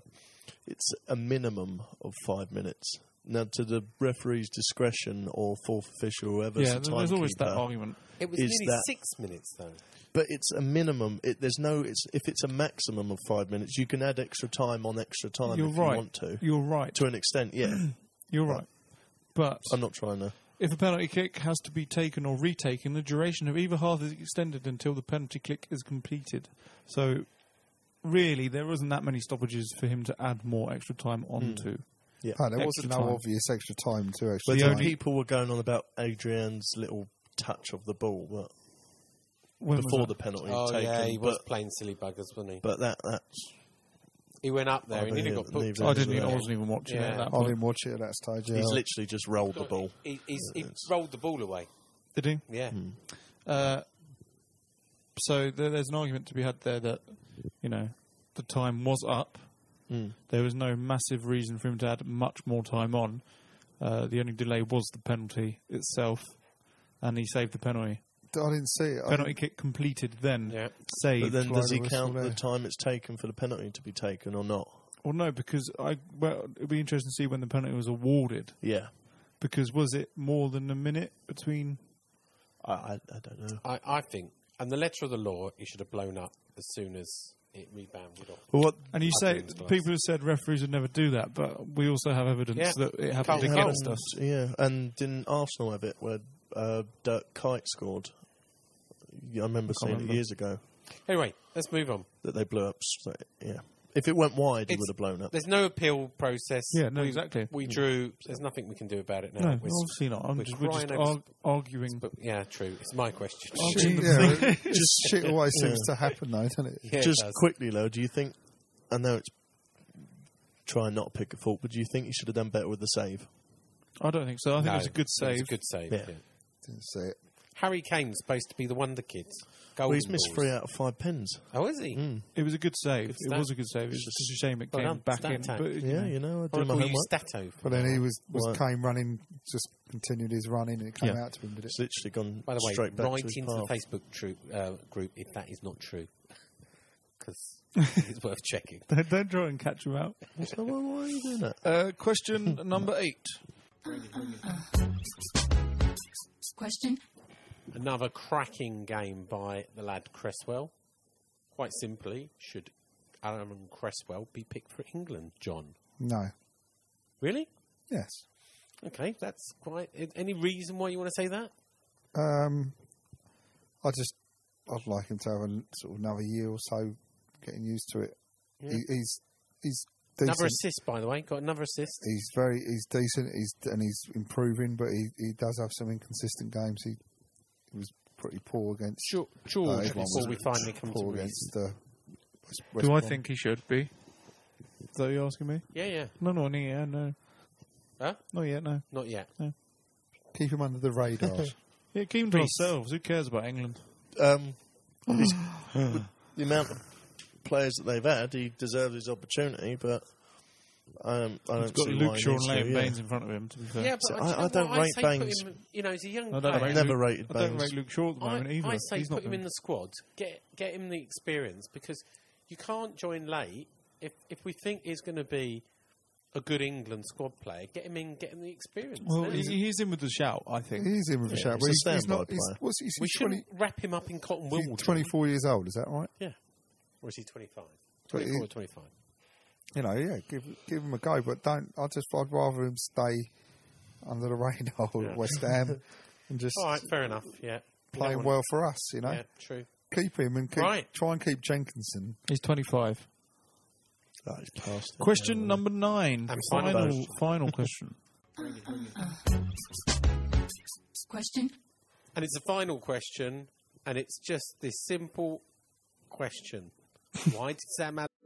Speaker 4: it's a minimum of five minutes. Now, to the referee's discretion or fourth official, whoever's
Speaker 3: Yeah,
Speaker 4: the
Speaker 3: there- there's always that
Speaker 4: timekeeper,
Speaker 3: argument.
Speaker 6: It was
Speaker 4: is
Speaker 6: nearly
Speaker 4: that-
Speaker 6: six minutes though.
Speaker 4: But it's a minimum. It, there's no. It's if it's a maximum of five minutes, you can add extra time on extra time
Speaker 3: You're
Speaker 4: if
Speaker 3: right.
Speaker 4: you want to.
Speaker 3: You're right.
Speaker 4: to an extent, yeah.
Speaker 3: You're right. But
Speaker 4: I'm not trying to.
Speaker 3: if a penalty kick has to be taken or retaken, the duration of either half is extended until the penalty kick is completed. So, really, there wasn't that many stoppages for him to add more extra time
Speaker 4: Hmm.
Speaker 3: onto.
Speaker 5: Oh, there
Speaker 3: Extra
Speaker 5: wasn't no
Speaker 3: time.
Speaker 5: obvious extra time to extra
Speaker 4: But
Speaker 5: time.
Speaker 4: people were going on about Adrian's little touch of the ball, but
Speaker 3: When was
Speaker 4: before
Speaker 3: that?
Speaker 4: the penalty
Speaker 6: Oh
Speaker 4: taken.
Speaker 6: yeah, he
Speaker 4: but,
Speaker 6: was playing silly buggers, wasn't he?
Speaker 4: but that that's
Speaker 6: he went up there.
Speaker 4: I
Speaker 6: He nearly
Speaker 4: believe-
Speaker 6: got booked.
Speaker 4: neither
Speaker 3: I
Speaker 4: of
Speaker 3: didn't. Even, I
Speaker 4: Yeah.
Speaker 3: wasn't even watching it
Speaker 6: Yeah.
Speaker 3: at that
Speaker 5: I
Speaker 3: point.
Speaker 5: didn't watch it at that stage. Yeah.
Speaker 4: he's literally just rolled the ball. Hmm.
Speaker 6: He, he's, he rolled the ball away.
Speaker 3: Did he?
Speaker 6: Yeah.
Speaker 3: Uh, so there, there's an argument to be had there that you know the time was up.
Speaker 6: Hmm.
Speaker 3: There was no massive reason for him to add much more time on. Uh, the only delay was the penalty itself, and he saved the penalty.
Speaker 5: I didn't see it. I
Speaker 3: Penalty kick completed then.
Speaker 6: Yeah.
Speaker 3: Saved.
Speaker 4: But then does
Speaker 5: the
Speaker 4: he
Speaker 5: whistle
Speaker 4: count the
Speaker 5: there.
Speaker 4: time it's taken for the penalty to be taken or not?
Speaker 3: well, no, because I well, it'd be interesting to see when the penalty was awarded.
Speaker 4: Yeah,
Speaker 3: Because was it more than a minute between?
Speaker 4: I, I, I don't know.
Speaker 6: I, I think, and the letter of the law, he should have blown up as soon as it rebounded off.
Speaker 4: Well, what
Speaker 3: And you
Speaker 6: I
Speaker 3: say
Speaker 6: think it was twice.
Speaker 3: people have said referees would never do that, but we also have evidence
Speaker 6: Yeah.
Speaker 3: that it happened
Speaker 6: Can't-
Speaker 3: against
Speaker 6: can't-
Speaker 3: us.
Speaker 4: Yeah, and didn't Arsenal have it where uh, Dirk Kite scored? I remember seeing
Speaker 3: remember.
Speaker 4: it years ago
Speaker 6: Anyway, let's move on.
Speaker 4: that they blew up. So, yeah, if it went wide, it
Speaker 6: It's-
Speaker 4: would have blown up.
Speaker 6: There's no appeal process.
Speaker 3: Yeah, no, exactly.
Speaker 6: We drew. There's nothing we can do about it now.
Speaker 3: No,
Speaker 6: We're-
Speaker 3: obviously not. I'm
Speaker 6: we're
Speaker 3: just, we're just
Speaker 6: crying over-
Speaker 3: arg- Oh, arguing.
Speaker 6: But yeah, true. It's my question.
Speaker 5: Shit, yeah, just shit always seems to happen though, doesn't it?
Speaker 6: Yeah, it
Speaker 4: Just
Speaker 6: does.
Speaker 4: quickly, though, do you think? I know it's trying not to pick a fault, but do you think you should have done better with the save?
Speaker 3: I don't think so. I think
Speaker 6: No,
Speaker 3: it was a good
Speaker 6: it was
Speaker 3: save.
Speaker 6: a good save.
Speaker 4: Yeah.
Speaker 6: yeah.
Speaker 5: Didn't see it.
Speaker 6: Harry Kane's supposed to be the wonder kid.
Speaker 4: Well,
Speaker 6: Golden
Speaker 4: he's missed
Speaker 6: balls.
Speaker 4: three out of five pens.
Speaker 6: Oh, is he?
Speaker 3: It was a good save.
Speaker 6: stat.
Speaker 3: it was a good save. It's just a shame it
Speaker 6: Well
Speaker 3: came
Speaker 6: done,
Speaker 3: back
Speaker 6: stat
Speaker 3: in.
Speaker 6: tank.
Speaker 3: But, you
Speaker 4: Yeah,
Speaker 3: know,
Speaker 4: you know, I do
Speaker 6: Or
Speaker 4: my
Speaker 6: call you
Speaker 4: homework.
Speaker 6: Stato.
Speaker 5: But then he was was
Speaker 4: Right.
Speaker 5: came running, just continued his running, and it came
Speaker 3: Yeah.
Speaker 5: out to him. Did it?
Speaker 4: It's literally gone
Speaker 6: By the way,
Speaker 4: straight back
Speaker 6: right
Speaker 4: to his
Speaker 6: into the
Speaker 4: path.
Speaker 6: Facebook tru- uh, group if that is not true, because it's worth checking.
Speaker 3: don't, don't try and catch him out.
Speaker 4: So why, why are you doing that?
Speaker 3: Uh, question number eight.
Speaker 7: Question.
Speaker 6: Another cracking game by the lad Cresswell. Quite simply, should Aaron Cresswell be picked for England, John?
Speaker 5: No.
Speaker 6: Really?
Speaker 5: Yes.
Speaker 6: Okay, that's quite. a- Any reason why you want to say that?
Speaker 5: Um, I just I'd like him to have a, sort of another year or so getting used to it. He, he's he's
Speaker 6: Another
Speaker 5: decent.
Speaker 6: assist, by the way. Got another assist.
Speaker 5: He's very he's decent. He's and he's improving, but he, he does have some inconsistent games. He, he was pretty poor against.
Speaker 6: George,
Speaker 5: uh,
Speaker 6: George
Speaker 5: everyone
Speaker 6: before
Speaker 5: was
Speaker 6: we finally come to
Speaker 5: poor
Speaker 6: Reese.
Speaker 5: against uh, West, West
Speaker 3: Do I
Speaker 5: Brom.
Speaker 3: think he should be? Is that what you're asking me?
Speaker 6: Yeah, yeah.
Speaker 3: No, no, not yet. No,
Speaker 6: Huh?
Speaker 3: not yet. No.
Speaker 6: Not yet.
Speaker 3: No.
Speaker 5: Keep him under the radar.
Speaker 3: Yeah, keep them to ourselves. Who cares about England?
Speaker 4: Um, it's- with the amount of players that they've had, he deserves his opportunity, but I don't, I
Speaker 3: He's
Speaker 4: don't
Speaker 3: got
Speaker 4: see why
Speaker 3: Luke
Speaker 4: he
Speaker 3: Shaw and
Speaker 4: needs to,
Speaker 3: Liam
Speaker 4: yeah.
Speaker 3: Baines in front of him. To be fair,
Speaker 6: Yeah, but
Speaker 4: So
Speaker 6: I, do you
Speaker 4: I-
Speaker 6: know
Speaker 4: I don't
Speaker 6: what?
Speaker 4: rate
Speaker 6: I say put
Speaker 4: Baines.
Speaker 6: him in- you know, he's a young
Speaker 3: I
Speaker 6: player.
Speaker 3: don't rate
Speaker 4: never
Speaker 3: Luke,
Speaker 4: rated
Speaker 3: I don't
Speaker 4: Baines.
Speaker 3: rate Luke Shaw at the moment
Speaker 6: I,
Speaker 3: either.
Speaker 6: I say
Speaker 3: He's
Speaker 6: put
Speaker 3: not
Speaker 6: him in
Speaker 3: been-
Speaker 6: the squad. Get get him the experience because you can't join late if if we think he's going to be a good England squad player. Get him in, get him the experience.
Speaker 3: Well,
Speaker 6: now.
Speaker 3: he- he's in with the shout. I think.
Speaker 5: he's in with a
Speaker 4: Yeah,
Speaker 5: shout.
Speaker 4: he's
Speaker 5: but
Speaker 4: a
Speaker 5: he's, he's
Speaker 4: standby
Speaker 5: not. He's,
Speaker 4: player.
Speaker 5: what's he, he's
Speaker 6: we
Speaker 5: 20
Speaker 6: shouldn't wrap him up in cotton
Speaker 5: he's
Speaker 6: wool.
Speaker 5: 24 years old, is that right?
Speaker 6: Yeah. Or is he 25?
Speaker 5: But he-
Speaker 6: 24 or 25.
Speaker 5: You know, yeah, give give him a go, but don't. I just I'd rather him stay under the radar at West Ham and just
Speaker 6: All right, fair enough. Yeah. You
Speaker 5: playing
Speaker 6: don't
Speaker 5: well
Speaker 6: want-
Speaker 5: for us. You know,
Speaker 6: Yeah, true.
Speaker 5: keep him and keep,
Speaker 6: Right.
Speaker 5: try and keep Jenkinson.
Speaker 3: He's 25.
Speaker 4: Oh, he's past it.
Speaker 3: Question number nine.
Speaker 6: And final
Speaker 3: final,
Speaker 6: question.
Speaker 3: final question.
Speaker 7: Question?
Speaker 6: And it's a final question, and it's just this simple question. Why did Sam Allardyce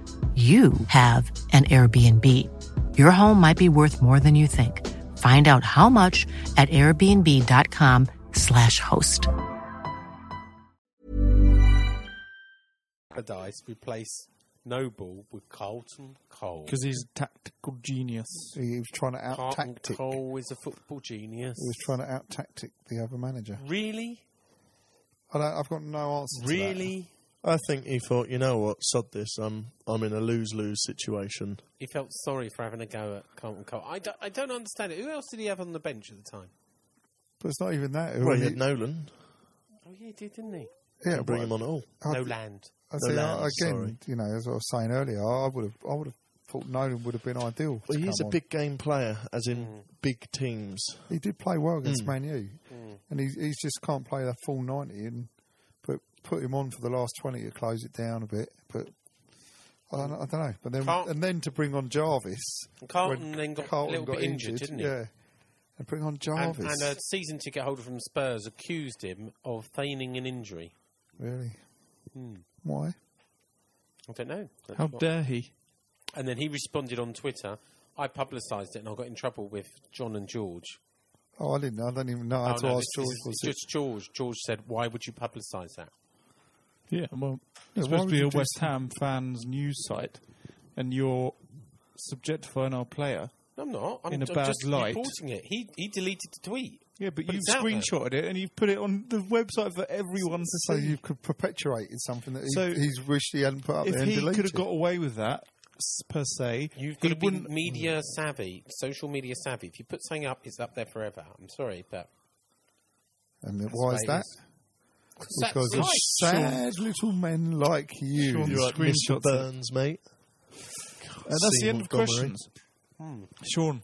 Speaker 8: you have an Airbnb. Your home might be worth more than you think. Find out how much at airbnb.com/slash host.
Speaker 6: Allardyce replace Noble with Carlton Cole?
Speaker 3: Because he's a tactical genius.
Speaker 5: He was trying to out
Speaker 6: Carlton
Speaker 5: tactic. He
Speaker 6: Cole is a football genius.
Speaker 5: was trying to out tactic the other manager.
Speaker 6: Really?
Speaker 5: I don't, I've got no answer.
Speaker 6: Really?
Speaker 4: I think he thought, you know what, sod this. I'm I'm in a lose lose situation.
Speaker 6: He felt sorry for having a go at Carlton Cole. I don't, I don't understand it. Who else did he have on the bench at the time?
Speaker 5: But it's not even that.
Speaker 4: Well,
Speaker 5: He-
Speaker 4: he had Nolan.
Speaker 6: Oh, yeah, he did, didn't he?
Speaker 5: yeah, Oh,
Speaker 4: Didn't bring
Speaker 5: but
Speaker 4: him on at all.
Speaker 5: I-
Speaker 6: No land.
Speaker 5: I say,
Speaker 4: No,
Speaker 5: I-
Speaker 4: Nolan,
Speaker 5: again,
Speaker 4: sorry.
Speaker 5: you know, as I was saying earlier, I would have, I would have thought Nolan would have been ideal.
Speaker 4: Well,
Speaker 5: to
Speaker 4: he is a
Speaker 5: come on. Mm.
Speaker 4: big game player, as in big teams.
Speaker 5: He did play well against
Speaker 6: Hmm.
Speaker 5: Man U, and he he's just can't play the full ninety. And but put him on for the last twenty to close it down a bit. But I don't, I don't know. But then
Speaker 6: Carl-
Speaker 5: and then to bring on Jarvis,
Speaker 6: And Carlton
Speaker 5: when
Speaker 6: then got a
Speaker 5: Carlton
Speaker 6: little
Speaker 5: got
Speaker 6: bit injured, didn't he?
Speaker 5: Yeah, and bring on
Speaker 6: And, uh,
Speaker 5: Jarvis.
Speaker 6: and a season ticket holder from Spurs accused him of feigning an injury.
Speaker 5: really,
Speaker 6: Hmm.
Speaker 5: why?
Speaker 6: I don't know. That's
Speaker 3: How
Speaker 6: what-
Speaker 3: dare he?
Speaker 6: And then he responded on Twitter. I publicised it and I got in trouble with John and George.
Speaker 5: Oh, I didn't. I don't even know. I had to
Speaker 6: no,
Speaker 5: ask
Speaker 6: this
Speaker 5: George.
Speaker 6: is-
Speaker 5: was
Speaker 6: it's
Speaker 5: it?
Speaker 6: just George. George said, "Why would you publicise that?"
Speaker 3: Yeah, well,
Speaker 5: why
Speaker 3: it's supposed
Speaker 5: would
Speaker 3: to be
Speaker 5: you
Speaker 3: a
Speaker 5: do
Speaker 3: West Ham fans news site, and you're subjectifying our player.
Speaker 6: No, I'm not. I'm,
Speaker 3: In a
Speaker 6: I'm
Speaker 3: bad
Speaker 6: just
Speaker 3: light.
Speaker 6: reporting it. He he deleted the tweet.
Speaker 3: Yeah, but,
Speaker 6: But
Speaker 3: you've
Speaker 6: it's out there.
Speaker 3: screenshotted it and you've put it on the website for everyone to
Speaker 5: so
Speaker 3: see.
Speaker 5: you could perpetuate something that he,
Speaker 3: So
Speaker 5: he's wished he hadn't put up there
Speaker 3: if
Speaker 5: and
Speaker 3: he could have
Speaker 5: deleted.
Speaker 3: got away with that, s- per se,
Speaker 6: You've
Speaker 3: he
Speaker 6: got to be
Speaker 3: wouldn't.
Speaker 6: media savvy, social media savvy. If you put something up, it's up there forever. I'm sorry, but
Speaker 5: and then why is that?
Speaker 6: That's
Speaker 5: Because of
Speaker 6: right.
Speaker 5: sad little men like you.
Speaker 3: Sean,
Speaker 4: You're
Speaker 3: Right,
Speaker 4: like Mr.
Speaker 3: screenshots.
Speaker 4: Burns, mate.
Speaker 3: And that's the end of
Speaker 4: Montgomery.
Speaker 3: questions.
Speaker 6: Hmm.
Speaker 3: Sean,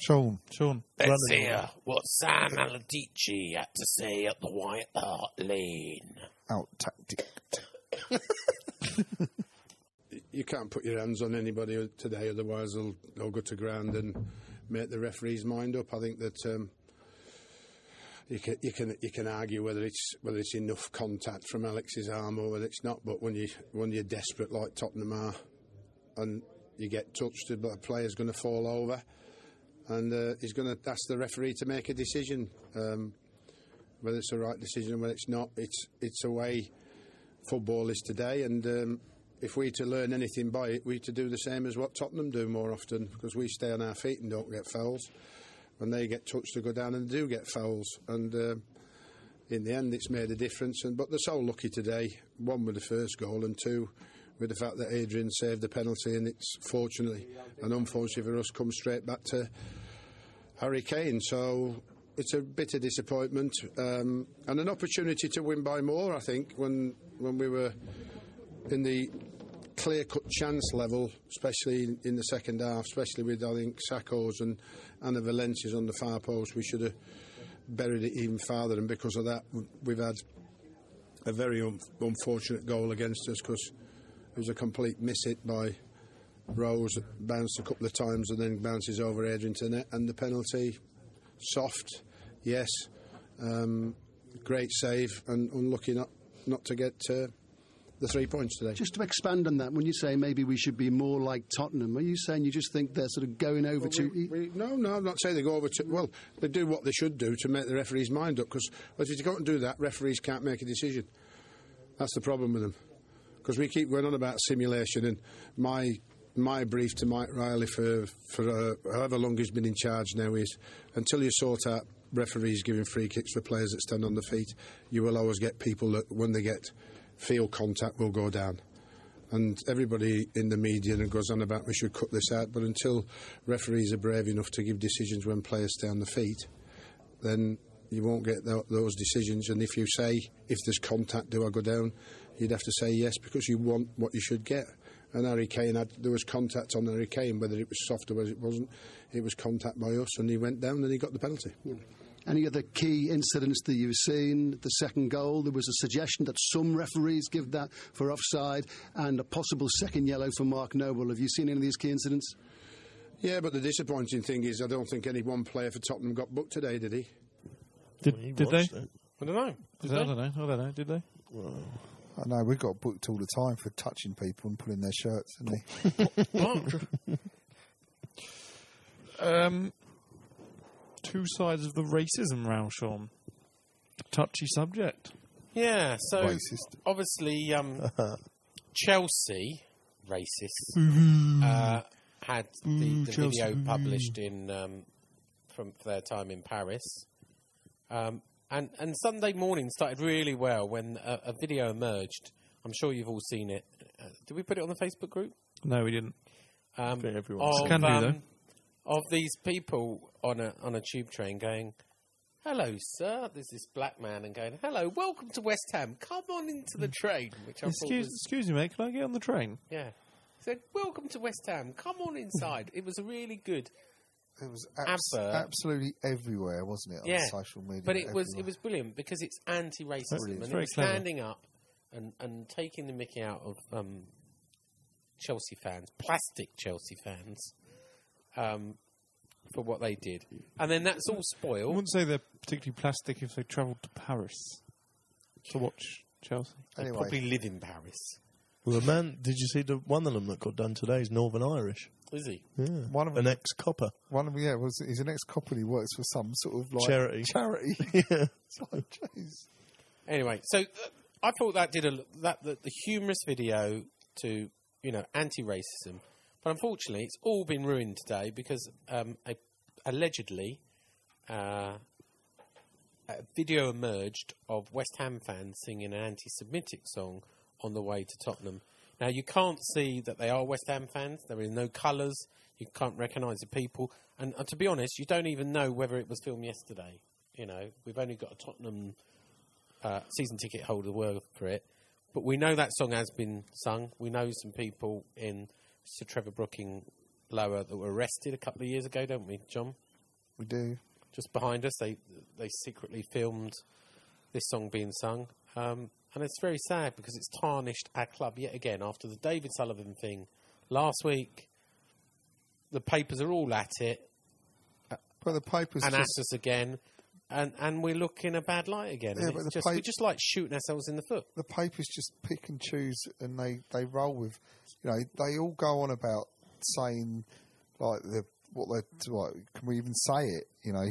Speaker 5: Sean,
Speaker 3: Sean,
Speaker 6: Let's hear what Sam Aladici had to say at the White Hart Lane.
Speaker 5: out tactic.
Speaker 9: you can't put your hands on anybody today, otherwise they'll, they'll go to ground and make the referee's mind up. I think that um, you can you can you can argue whether it's whether it's enough contact from Alex's arm or whether it's not. But when you when you're desperate like Tottenham are, and you get touched, but a player's going to fall over, and uh, he's going to ask the referee to make a decision. Um, whether it's the right decision or whether it's not, it's it's a way football is today, and um, if we're to learn anything by it, we're to do the same as what Tottenham do more often because we stay on our feet and don't get fouls. When they get touched to go down and do get fouls, and um in the end, it's made a difference. And but they're so lucky today. One with the first goal, and two with the fact that Adrian saved the penalty, and it's fortunately and unfortunately for us come straight back to Harry Kane. So it's a bitter disappointment um, and an opportunity to win by more. I think when when we were in the clear cut chance level, especially in, in the second half, especially with I think Sacco's and Anna Valencia's on the far post, we should have buried it even farther. And because of that, w- we've had a very un- unfortunate goal against us because it was a complete miss hit by Rose, bounced a couple of times and then bounces over Adrian to net, and the penalty soft, yes, um, great save, and unlucky not not to get uh, the three points today.
Speaker 10: Just to expand on that, when you say maybe we should be more like Tottenham, are you saying you just think they're sort of going over
Speaker 9: Well,
Speaker 10: to?
Speaker 9: we- we- no, no, I'm not saying they go over to. Well, they do what they should do to make the referee's mind up because if you go and do that, referees can't make a decision. That's the problem with them because we keep going on about simulation and my. My brief to Mike Riley for for uh, however long he's been in charge now is until you sort out referees giving free kicks for players that stand on their feet, you will always get people that when they get field contact will go down and everybody in the media and goes on about we should cut this out. But until referees are brave enough to give decisions when players stay on the feet, then you won't get tho- those decisions. And if you say if there's contact, do I go down? You'd have to say yes because you want what you should get. And Harry Kane had there was contact on Harry Kane, whether it was soft or whether it wasn't. It was contact by us, and he went down and he got the penalty.
Speaker 10: Any other key incidents that you've seen? The second goal, there was a suggestion that some referees give that for offside and a possible second yellow for Mark Noble. Have you seen any of these key incidents?
Speaker 9: Yeah, but the disappointing thing is I don't think any one player for Tottenham got booked today, did he?
Speaker 3: Did, did they?
Speaker 6: I don't know.
Speaker 3: Did I don't know. I don't know. Did they?
Speaker 5: I know we got booked all the time for touching people and pulling their shirts, didn't we?
Speaker 3: Um, two sides of the racism row, Sean. Touchy subject.
Speaker 6: Yeah, so
Speaker 3: Racist.
Speaker 6: obviously um, Chelsea, racist,
Speaker 3: Boo.
Speaker 6: uh, had the,
Speaker 3: Boo,
Speaker 6: the
Speaker 3: Mm-hmm. Mm, Chelsea, mm-hmm.
Speaker 6: video
Speaker 3: boo.
Speaker 6: published in um, from their time in Paris. Um, and, and Sunday morning started really well when a, a video emerged. I'm sure you've all seen it. Uh, did we put it on the Facebook group?
Speaker 3: No, we didn't.
Speaker 6: um,
Speaker 3: everyone's Can do,
Speaker 6: um, of these people on a on a tube train going, "Hello, sir." There's this black man and going, "Hello, welcome to West Ham. Come on into the train." Which I thought
Speaker 3: Hmm. Excuse,
Speaker 6: was
Speaker 3: excuse me, mate. Can I get on the train?
Speaker 6: yeah. He said, "Welcome to West Ham. Come on inside." It was a really good.
Speaker 5: It was
Speaker 6: abs-
Speaker 5: Absolutely everywhere, wasn't it? On
Speaker 6: yeah,
Speaker 5: social media.
Speaker 6: But it was it
Speaker 5: everywhere.
Speaker 6: was brilliant because it's anti-racism
Speaker 5: Brilliant.
Speaker 6: and it
Speaker 5: Very
Speaker 6: was
Speaker 5: clever.
Speaker 6: standing up and and taking the mickey out of um, Chelsea fans, plastic Chelsea fans, um, for what they did, and then that's all
Speaker 3: I
Speaker 6: spoiled.
Speaker 3: wouldn't say they're particularly plastic if they travelled to Paris to watch Chelsea.
Speaker 6: They Anyway. probably live in Paris.
Speaker 4: Well, the man, did you see the one of them that got done today? Is Northern Irish.
Speaker 6: Is he?
Speaker 4: Yeah,
Speaker 5: one of
Speaker 4: an ex copper.
Speaker 5: One of them, yeah, was he's an ex-cop and he works for some sort of like
Speaker 4: Charity.
Speaker 5: Charity. yeah. It's like, jeez.
Speaker 6: Anyway, so th- I thought that did a that the, the humorous video to you know anti-racism, but unfortunately, it's all been ruined today because um, a, allegedly uh, a video emerged of West Ham fans singing an anti-Semitic song on the way to Tottenham. Now you can't see that they are West Ham fans. There is no colours. You can't recognise the people, and uh, to be honest, you don't even know whether it was filmed yesterday. You know, we've only got a Tottenham uh, season ticket holder word for it. But we know that song has been sung. We know some people in Sir Trevor Brooking Lower that were arrested a couple of years ago, don't we, John?
Speaker 5: We do.
Speaker 6: Just behind us, they they secretly filmed this song being sung. Um, and it's very sad because it's tarnished our club yet again after the David Sullivan thing last week. The papers are all at it.
Speaker 5: But the papers
Speaker 6: and
Speaker 5: just-
Speaker 6: at us again, and and we're looking a bad light again.
Speaker 5: Yeah,
Speaker 6: and
Speaker 5: but
Speaker 6: it's
Speaker 5: the
Speaker 6: just, we
Speaker 5: pa-
Speaker 6: just like shooting ourselves in the foot.
Speaker 5: the papers just pick and choose and they, they roll with you know they all go on about saying like the what they like can we even say it you know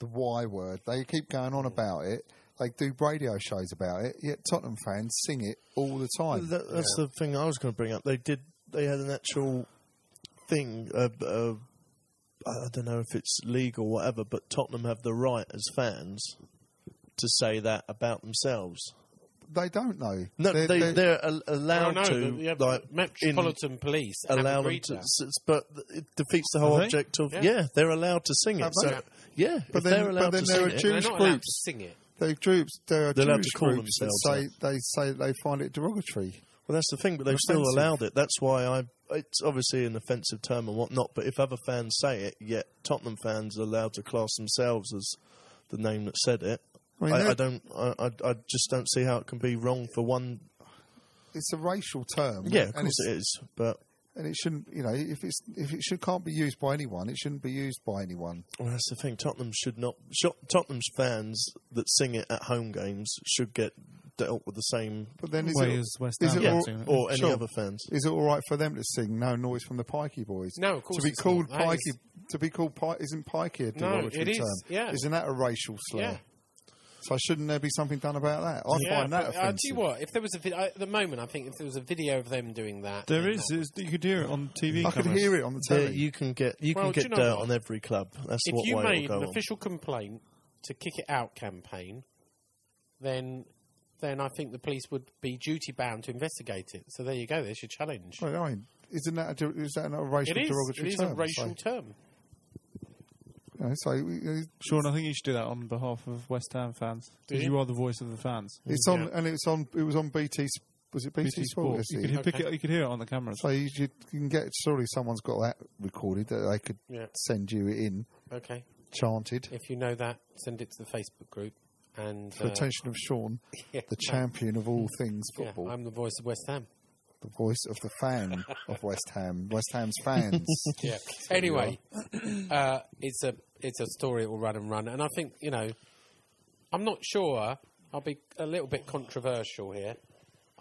Speaker 5: the Y word they keep going on about it they do radio shows about it yet Tottenham fans sing it all the time
Speaker 4: That, that's the thing I was going to bring up. They did. They had an actual thing. Uh, uh, I don't know if it's legal, or whatever. But Tottenham have the right as fans to say that about themselves.
Speaker 5: they don't know
Speaker 4: No,
Speaker 5: They're-
Speaker 4: they,
Speaker 5: they're-
Speaker 4: they're, al- allowed
Speaker 6: Well, no,
Speaker 4: to.
Speaker 6: but, yeah,
Speaker 4: like, in-
Speaker 6: Metropolitan Police have
Speaker 4: allow them
Speaker 6: agreed
Speaker 4: to,
Speaker 6: to that.
Speaker 4: s- s- but th- it defeats the whole
Speaker 6: Have they?
Speaker 4: object of.
Speaker 6: Yeah.
Speaker 4: Yeah. they're allowed to sing it.
Speaker 5: Have
Speaker 4: So,
Speaker 5: they?
Speaker 4: yeah,
Speaker 5: But
Speaker 4: if
Speaker 5: then-
Speaker 4: they're
Speaker 5: but
Speaker 4: allowed
Speaker 5: then
Speaker 4: to
Speaker 5: there
Speaker 4: sing
Speaker 5: are
Speaker 4: it.
Speaker 5: Jewish
Speaker 6: They're not allowed to
Speaker 5: groups.
Speaker 6: sing it.
Speaker 5: they're groups there are
Speaker 4: They're allowed
Speaker 5: Jewish
Speaker 4: to call
Speaker 5: groups that say
Speaker 4: themselves
Speaker 5: they say they find it derogatory
Speaker 4: Well, that's the thing, but they've still
Speaker 5: Offensive.
Speaker 4: allowed it. That's why I. It's obviously an offensive term and whatnot, but if other fans say it, yet Tottenham fans are allowed to class themselves as the name that said it. I,
Speaker 5: I mean,
Speaker 4: I,
Speaker 5: they're-
Speaker 4: don't. I, I, I just don't see how it can be wrong for one.
Speaker 5: it's a racial term
Speaker 4: Yeah, of
Speaker 5: and
Speaker 4: course
Speaker 5: it's,
Speaker 4: it is, but
Speaker 5: and it shouldn't you know if it's if it should can't be used by anyone it shouldn't be used by anyone
Speaker 4: well, that's the thing. Tottenham should not. Shot, Tottenham's fans that sing it at home games should get dealt with the same.
Speaker 5: But then is
Speaker 3: Way
Speaker 5: it,
Speaker 3: is West
Speaker 5: is
Speaker 3: Ham
Speaker 5: it
Speaker 3: not
Speaker 5: all-
Speaker 3: doing it?
Speaker 4: or any
Speaker 5: Sure.
Speaker 4: other fans.
Speaker 5: Is it all right for them to sing "No Noise" from the Pikey Boys?
Speaker 6: No, of course
Speaker 5: To be
Speaker 6: it's
Speaker 5: called
Speaker 6: not. That
Speaker 5: Pikey,
Speaker 6: is-
Speaker 5: to be called Pike, isn't Pikey a
Speaker 6: No,
Speaker 5: derogatory
Speaker 6: it is,
Speaker 5: term?
Speaker 6: yeah.
Speaker 5: Isn't that a racial slur?
Speaker 6: Yeah.
Speaker 5: So shouldn't there be something done about that? I
Speaker 6: Yeah,
Speaker 5: find that
Speaker 6: but,
Speaker 5: offensive.
Speaker 6: uh, do you what? If there was a vid- I- at the moment, I think if there was a video of them doing that,
Speaker 3: There
Speaker 6: then
Speaker 3: is.
Speaker 6: that-
Speaker 3: It's, you could hear it on TV.
Speaker 5: I could
Speaker 3: cameras.
Speaker 5: hear it on the
Speaker 4: There-
Speaker 5: telly.
Speaker 4: you can get you
Speaker 6: Well,
Speaker 4: can
Speaker 6: do
Speaker 4: get
Speaker 6: you know
Speaker 4: dirt
Speaker 6: what?
Speaker 4: on every club. That's
Speaker 6: if
Speaker 4: what
Speaker 6: you
Speaker 4: way
Speaker 6: made
Speaker 4: it'll go.
Speaker 6: an
Speaker 4: on.
Speaker 6: official complaint to kick it out campaign, then then I think the police would be duty bound to investigate it. So there you go. There's your challenge.
Speaker 5: Well, I mean, isn't that a, der- is that not a
Speaker 6: It
Speaker 5: racial
Speaker 6: is. It
Speaker 5: derogatory
Speaker 6: is
Speaker 5: term?
Speaker 6: a racial term.
Speaker 5: So, you know, so we- uh,
Speaker 3: Sean, I think you should do that on behalf of West Ham fans
Speaker 6: Do
Speaker 3: because
Speaker 6: you?
Speaker 3: you are the voice of the fans.
Speaker 5: it's on, and it's on. It was on BT. Sp- Was it BT,
Speaker 3: BT
Speaker 5: Sport?
Speaker 3: Sport.
Speaker 5: this
Speaker 3: You could,
Speaker 5: year?
Speaker 3: hear, pick it, you could hear it on the cameras.
Speaker 5: So you, should- you can get. Surely someone's got that recorded that they could
Speaker 6: Yeah.
Speaker 5: send you it in
Speaker 6: Okay.
Speaker 5: chanted.
Speaker 6: If you know that, send it to the Facebook group. And
Speaker 5: for the
Speaker 6: uh,
Speaker 5: attention of Sean,
Speaker 6: yeah,
Speaker 5: the champion of all things
Speaker 6: yeah,
Speaker 5: football,
Speaker 6: I'm the voice of West Ham.
Speaker 5: the voice of the fan of West Ham, West Ham's fans.
Speaker 6: yeah. Anyway, uh, it's a it's a story that will run and run, and I think you know, I'm not sure. I'll be a little bit controversial here.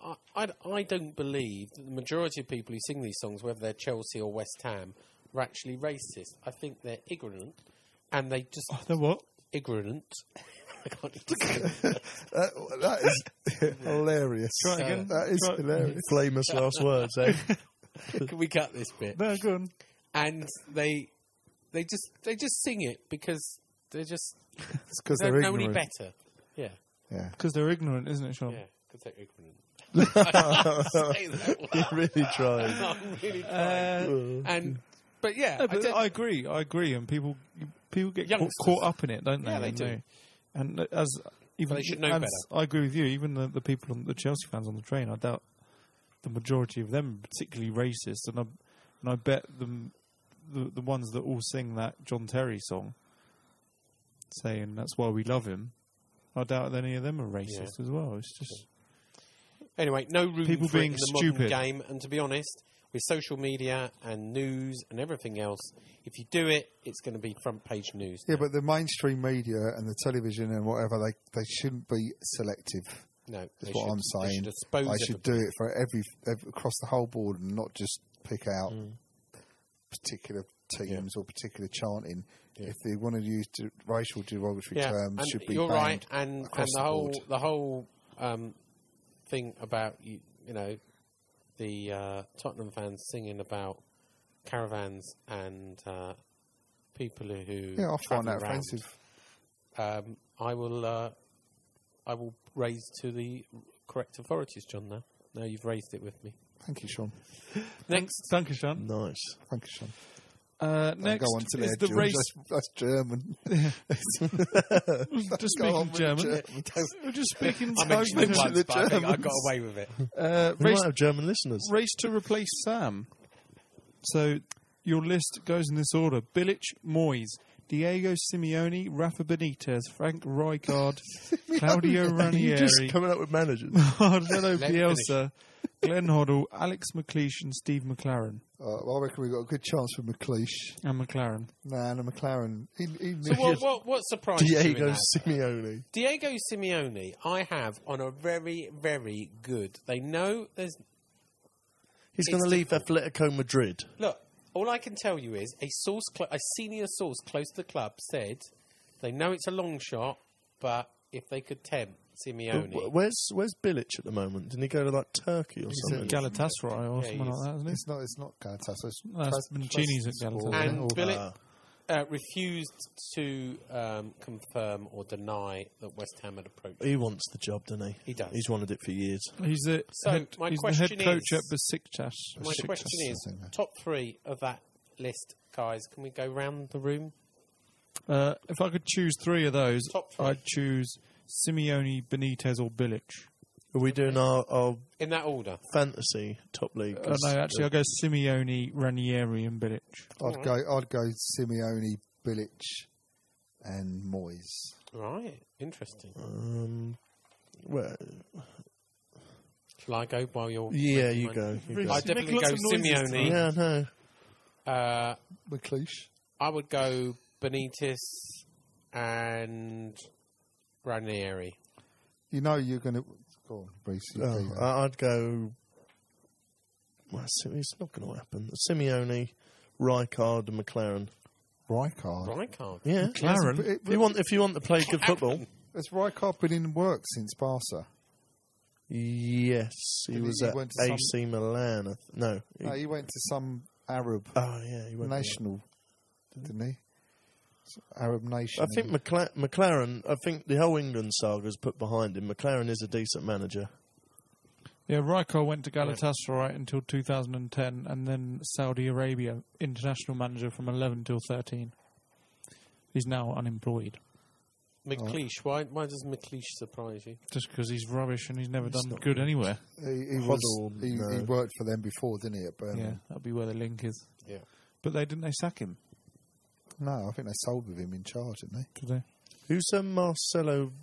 Speaker 6: I, I, I don't believe that the majority of people who sing these songs, whether they're Chelsea or West Ham, are actually racist. I think they're ignorant, and they just
Speaker 3: The what?
Speaker 6: ignorant. I can't even say it.
Speaker 5: That, that is hilarious.
Speaker 3: Try again.
Speaker 5: That is
Speaker 3: Try-
Speaker 5: hilarious.
Speaker 4: famous last words, eh?
Speaker 6: Can we cut this bit?
Speaker 3: They're good.
Speaker 6: And they they just they just sing it because they're just
Speaker 5: It's because
Speaker 6: they
Speaker 5: they're
Speaker 6: don't know any
Speaker 5: ignorant.
Speaker 6: better. Yeah.
Speaker 5: Yeah.
Speaker 3: Because they're ignorant, isn't it, Sean?
Speaker 6: Yeah, because they're ignorant. Say that
Speaker 4: you
Speaker 6: well.
Speaker 4: really tried.
Speaker 6: I'm really
Speaker 3: Uh,
Speaker 6: trying. and but yeah,
Speaker 3: No,
Speaker 6: I
Speaker 3: but
Speaker 6: don't-
Speaker 3: I, agree. I agree, and people people get caught,
Speaker 6: Youngsters.
Speaker 3: caught up in it, don't they?
Speaker 6: Yeah, they
Speaker 3: and
Speaker 6: do.
Speaker 3: And uh, as even
Speaker 6: They should know
Speaker 3: as-
Speaker 6: better.
Speaker 3: I agree with you. Even the, the people on the Chelsea fans on the train, I doubt the majority of them are particularly racist, and I and I bet them the the ones that all sing that John Terry song, saying that's why we love him. I doubt any of them are racist as well. It's just
Speaker 6: anyway, no room
Speaker 3: People
Speaker 6: for it
Speaker 3: being
Speaker 6: in the modern
Speaker 3: stupid.
Speaker 6: game. And to be honest, with social media and news and everything else, if you do it, it's going to be front page news.
Speaker 5: Yeah, but the mainstream media and the television and whatever, they, they shouldn't be selective.
Speaker 6: no,
Speaker 5: That's
Speaker 6: they
Speaker 5: what
Speaker 6: should-
Speaker 5: I'm
Speaker 6: they
Speaker 5: saying.
Speaker 6: should expose
Speaker 5: I should do it for every, ev across the whole board and not just pick out
Speaker 6: Mm.
Speaker 5: particular teams or particular chanting. If they want to use de- racial derogatory terms,
Speaker 6: and
Speaker 5: should be
Speaker 6: you're right,
Speaker 5: banned
Speaker 6: and and
Speaker 5: across
Speaker 6: the, whole
Speaker 5: board.
Speaker 6: the whole um, thing about you, you know the uh, Tottenham fans singing about caravans and uh, people who
Speaker 5: Yeah, I
Speaker 6: travel
Speaker 5: find that
Speaker 6: around,
Speaker 5: offensive.
Speaker 6: Um, I will uh, I will raise to the correct authorities, John. Now, now you've raised it with me.
Speaker 5: Thank you, Sean.
Speaker 6: Next,
Speaker 3: Duncan Sean.
Speaker 4: Nice.
Speaker 5: Thank you, Sean.
Speaker 3: Uh,
Speaker 5: Don't
Speaker 3: next
Speaker 5: Mm. go on to
Speaker 3: is
Speaker 5: there,
Speaker 3: the
Speaker 5: George.
Speaker 3: race.
Speaker 5: That's, that's German.
Speaker 3: Just
Speaker 5: Go
Speaker 3: speaking
Speaker 5: on with the
Speaker 3: German.
Speaker 5: German.
Speaker 3: We're just speaking
Speaker 6: I mentioned it
Speaker 3: German.
Speaker 6: once,
Speaker 5: the
Speaker 6: but I think I got
Speaker 5: Germans.
Speaker 6: away with it.
Speaker 3: Uh,
Speaker 4: We
Speaker 3: race,
Speaker 4: might have German listeners.
Speaker 3: race to replace Sam. So your list goes in this order: Bilic, Moyes, Diego Simeone, Rafa Benitez, Frank Rijkaard, Claudio
Speaker 4: You're
Speaker 3: Ranieri,
Speaker 4: just coming up with managers.
Speaker 3: Marcelo
Speaker 4: Let
Speaker 3: Bielsa, Glenn Hoddle, Alex McLeish, and Steve McLaren.
Speaker 5: Uh, well, I reckon we got a good chance with McLeish
Speaker 3: and McLaren.
Speaker 5: Man, and McLaren. He, he
Speaker 6: So what, what, what surprised you? in
Speaker 4: Diego
Speaker 6: that?
Speaker 4: Simeone.
Speaker 6: Diego Simeone, I have on a very, very good. They know there's.
Speaker 4: He's going to
Speaker 6: It's
Speaker 4: leave Atletico Madrid.
Speaker 6: Look, all I can tell you is a source, cl- a senior source close to the club said they know it's a long shot, but if they could tempt Simeone,
Speaker 4: Wh- Where's Where's Bilic at the moment? Didn't he go to like Turkey or
Speaker 5: He's
Speaker 4: something?
Speaker 5: at
Speaker 3: Galatasaray or something like that, isn't it?
Speaker 5: It's not. It's not Galatasaray. It's
Speaker 3: No, it's
Speaker 5: Tras-
Speaker 3: Mancini's at
Speaker 5: Trabzonspor,
Speaker 3: Galatasaray.
Speaker 5: isn't it?
Speaker 6: and
Speaker 5: Or-
Speaker 6: Billet uh, refused to um, confirm or deny that West Ham had approached.
Speaker 4: He wants the job, doesn't he?
Speaker 6: He does.
Speaker 4: He's wanted it for years.
Speaker 3: He's the,
Speaker 6: So,
Speaker 3: head,
Speaker 6: my
Speaker 3: he's the head
Speaker 6: question
Speaker 3: coach
Speaker 6: is-
Speaker 3: at Besiktas.
Speaker 6: My
Speaker 3: Besiktas.
Speaker 6: question is top three of that list, guys. Can we go round the room?
Speaker 3: Uh, if I could choose three of those,
Speaker 6: Top three.
Speaker 3: I'd choose Simeone, Benitez, or Bilic.
Speaker 4: Are we doing our, our
Speaker 6: In that order.
Speaker 4: fantasy top league?
Speaker 3: Uh, no, actually, I'll go Simeone, Ranieri, and Bilic.
Speaker 5: I'd go. I'd go Simeone, Bilic, and Moyes.
Speaker 6: Right. Interesting.
Speaker 4: Um, well,
Speaker 6: Shall I go while you're.
Speaker 4: yeah,
Speaker 6: making
Speaker 4: you
Speaker 6: mine?
Speaker 4: go. You go.
Speaker 6: I definitely go Simeone.
Speaker 4: Yeah, no.
Speaker 6: Uh,
Speaker 5: McLeish.
Speaker 6: I would go Benitez and Ranieri.
Speaker 5: You know you're going to. Go on, Reece. you
Speaker 4: Oh,
Speaker 5: do that.
Speaker 4: I- I'd go. Well, Sim- it's not going to happen. Simeone, Rijkaard, and McLaren.
Speaker 5: Rijkaard.
Speaker 6: Rijkaard.
Speaker 4: Yeah,
Speaker 3: McLaren?
Speaker 4: Yes, If you want, if you want to play good football,
Speaker 5: Has Rijkaard been in work since Barca?
Speaker 4: yes, he
Speaker 5: Did he-
Speaker 4: was
Speaker 5: he
Speaker 4: at
Speaker 5: went to
Speaker 4: AC Milan. I th- No, he-
Speaker 5: No, he went to some Arab
Speaker 4: oh yeah, he went there.
Speaker 5: national, didn't he? Some Arab nation.
Speaker 4: I think McLa- McLaren. I think the whole England saga is put behind him. McLaren is a decent manager.
Speaker 3: Yeah, Rijkaard went to Galatasaray until 2010, and then Saudi Arabia, international manager from 11 till 13. He's now unemployed
Speaker 6: McLeish. Why, why does McLeish surprise you?
Speaker 3: just because he's rubbish and he's never done good anywhere.
Speaker 5: he, he, was,
Speaker 4: Hoddle,
Speaker 5: he, he
Speaker 4: no.
Speaker 5: worked for them before, didn't he? At Burnley.
Speaker 3: Yeah, that'll be where the link is.
Speaker 6: Yeah.
Speaker 3: But they didn't they sack him?
Speaker 5: No, I think they sold with him in charge, didn't they?
Speaker 3: Did they?
Speaker 4: Who's um, Marcelo?